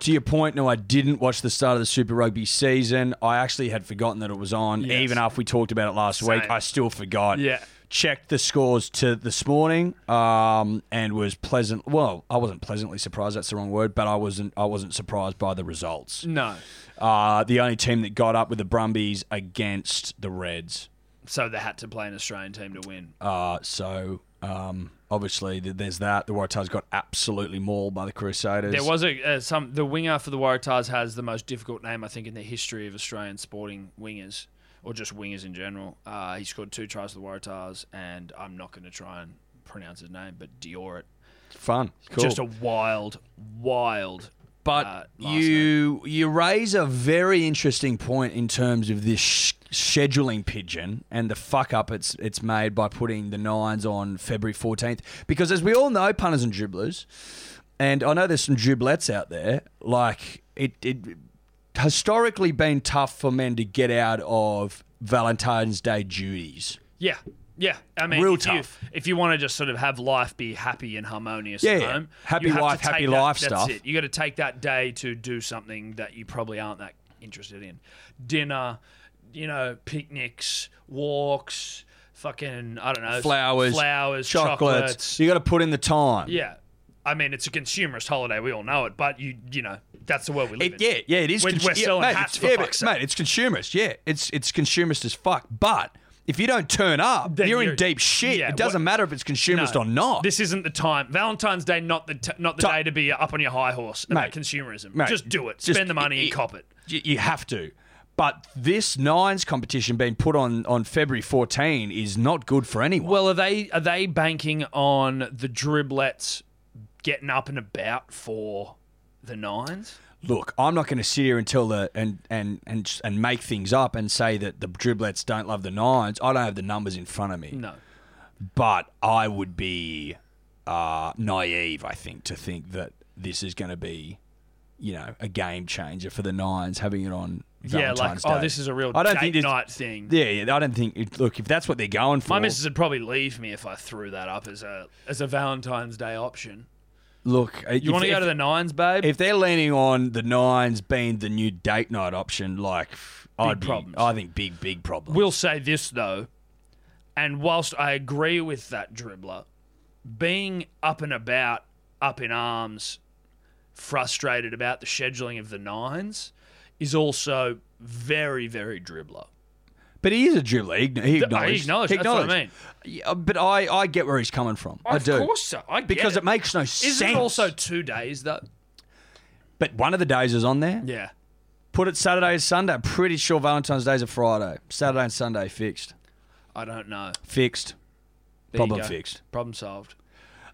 C: To your point, no, I didn't watch the start of the Super Rugby season. I actually had forgotten that it was on.
B: Yes.
C: Even after we talked about it last week, I still forgot.
B: Yeah.
C: Checked the scores to this morning, um, and was pleasant. Well, I wasn't pleasantly surprised. That's the wrong word, but I wasn't. I wasn't surprised by the results.
B: No,
C: Uh, the only team that got up with the Brumbies against the Reds.
B: so they had to play an Australian team to win.
C: Uh, so um, obviously th- there's that. The Waratahs got absolutely mauled by the Crusaders.
B: There was a uh, some the winger for the Waratahs has the most difficult name I think in the history of Australian sporting wingers or just wingers in general. Uh, he scored two tries for the Waratahs, and I'm not going to try and pronounce his name, but Diorit.
C: fun, cool.
B: Just a wild, wild.
C: but
B: uh, last
C: you you raise a very interesting point in terms of this sh- scheduling pigeon and the fuck up it's it's made by putting the nines on February 14th because as we all know, punters and dribblers, and I know there's some driblets out there like it. it historically been tough for men to get out of valentine's day duties
B: Yeah, yeah. I mean,
C: Real
B: if you,
C: tough.
B: if you want to just sort of have life be happy and harmonious
C: Yeah,
B: at
C: yeah.
B: home,
C: Happy
B: you have to
C: wife,
B: take
C: happy
B: that-
C: life
B: that's
C: stuff.
B: it. You got to take that day to do something that you probably aren't that interested in. Dinner, you know, picnics, walks, fucking I don't know,
C: flowers,
B: flowers,
C: chocolates.
B: chocolates.
C: You got to put in the time.
B: Yeah. I mean, it's a consumerist holiday. We all know it, but you, you know, that's the world we live
C: It-
B: in.
C: yeah, yeah, it is.
B: We're- we're
C: yeah,
B: selling
C: mate,
B: hats
C: it's-
B: for
C: yeah,
B: fuck's
C: but,
B: sake.
C: mate. It's consumerist. Yeah, it's it's consumerist as fuck. But if you don't turn up,
B: Then
C: you're,
B: you're-
C: in deep shit.
B: yeah,
C: it doesn't
B: what-
C: matter if it's consumerist
B: No,
C: or not.
B: This isn't the time. Valentine's Day, not the t- not the
C: Ti-
B: day to be up on your high horse about
C: Mate,
B: consumerism.
C: mate,
B: just do it.
C: just-
B: Spend the money and
C: it-
B: cop it.
C: you, you have to. But this nines competition being put on on February 14 is not good for anyone.
B: Well, are they are they banking on the driblets getting up and about for the nines?
C: look, I'm not going to sit here and tell the and and and and make things up and say that the driblets don't love the nines. I don't have the numbers in front of me.
B: No.
C: but I would be uh, naive, I think, to think that this is going to be, you know, a game changer for the Nines having it on.
B: Yeah, like
C: Valentine's
B: oh,
C: Day.
B: this is a real
C: I don't
B: date
C: think this-
B: night thing.
C: Yeah, yeah, I don't think. it- Look, if that's what they're going for,
B: My missus would probably leave me if I threw that up as a as a Valentine's Day option.
C: look,
B: You want to go to the nines, babe?
C: If they're leaning on the Nines being the new date night option, like I'd be,
B: problems.
C: I think big, big problem.
B: We'll say this though, and whilst I agree with that dribbler, being up and about, up in arms, frustrated about the scheduling of the nines, is also very, very dribbler.
C: But he is a dribbler. He, he
B: I
C: acknowledged.
B: acknowledge.
C: he
B: That's what I
C: acknowledged.
B: mean.
C: Yeah, but I, I get where he's coming from. I do.
B: Of course, so. I get
C: Because
B: it.
C: it makes no sense.
B: Isn't it also two days though?
C: But one of the days is on there.
B: Yeah.
C: Put it Saturday and Sunday. I'm pretty sure Valentine's Day's a Friday. Saturday and Sunday fixed.
B: I don't know.
C: Fixed.
B: There you
C: Problem
B: go.
C: fixed.
B: Problem solved.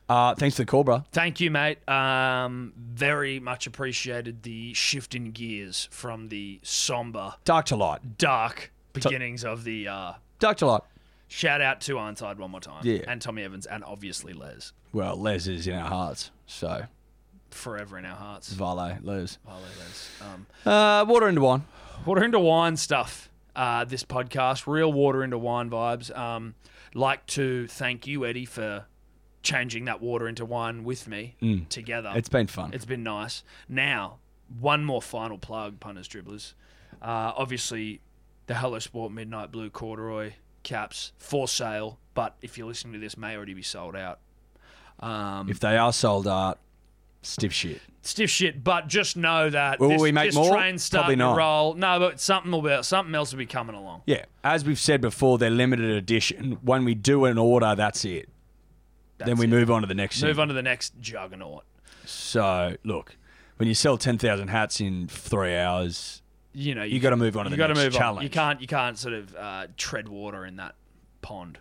C: Uh, thanks for the call, bro.
B: Thank you, mate. Um, very much appreciated the shift in gears from the somber,
C: Dark to light.
B: dark beginnings of the. Uh,
C: Dark to light.
B: shout out to Ironside one more time.
C: Yeah.
B: And Tommy Evans, and obviously Les,
C: Well, Les is in our hearts. So,
B: forever in our hearts.
C: Vale, Les.
B: Vale Les. Um,
C: Uh, water into wine.
B: water into wine stuff. Uh, this podcast, real water into wine vibes. Um, like to thank you, Eddie, for changing that water into wine with me together.
C: Mm. It's been fun.
B: It's been nice. Now, one more final plug, punters, dribblers. Uh, obviously, the Hello Sport Midnight Blue corduroy caps for sale, but if you're listening to this, may already be sold out. Um,
C: if they are sold out, stiff shit.
B: stiff shit, but just know that
C: Will
B: this,
C: we make
B: this
C: more?
B: train starting
C: Probably
B: to
C: not.
B: roll. No, but something will be, something else will be coming along.
C: Yeah. As we've said before, they're limited edition. When we do an order, that's it. then
B: That's
C: we
B: it.
C: move on to the next
B: move
C: thing.
B: on to the next juggernaut.
C: So, look, when you sell 10,000 hats in three hours,
B: You know,
C: You gotta move on to
B: you
C: the
B: gotta
C: next
B: move On. You
C: challenge.
B: can't you can't sort of uh, tread water in that pond.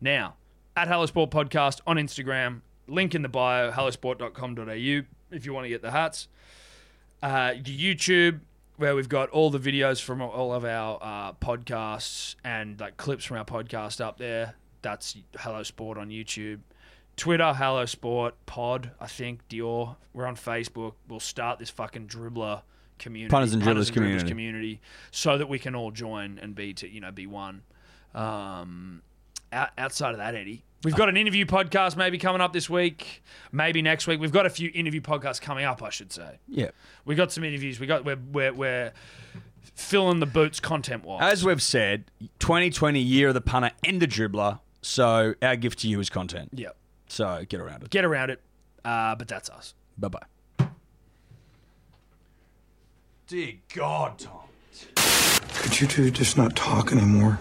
B: Now, at Hello Sport Podcast on Instagram, link in the bio, hellosport.com.au if you want to get the hats. Uh, the YouTube, where we've got all the videos from all of our uh, podcasts and like clips from our podcast up there. That's Hello Sport on YouTube. Twitter, Hello Sport Pod, I think, Dior. We're on Facebook. We'll start this fucking dribbler community.
C: Punters and Dribblers community.
B: community. So that we can all join and be, to, you know, be one. Um, out, outside of that, Eddie. We've got an interview podcast maybe coming up this week, maybe next week. We've got a few interview podcasts coming up, I should say.
C: yeah.
B: We got some interviews. We got we're we're, we're filling the boots content wise.
C: As we've said, 2020 year of the punter and the dribbler. So our gift to you is content.
B: yeah,
C: So get around it.
B: get around it. Uh, but that's us.
C: Bye bye. Dear God, Tom.
F: Could you two just not talk anymore?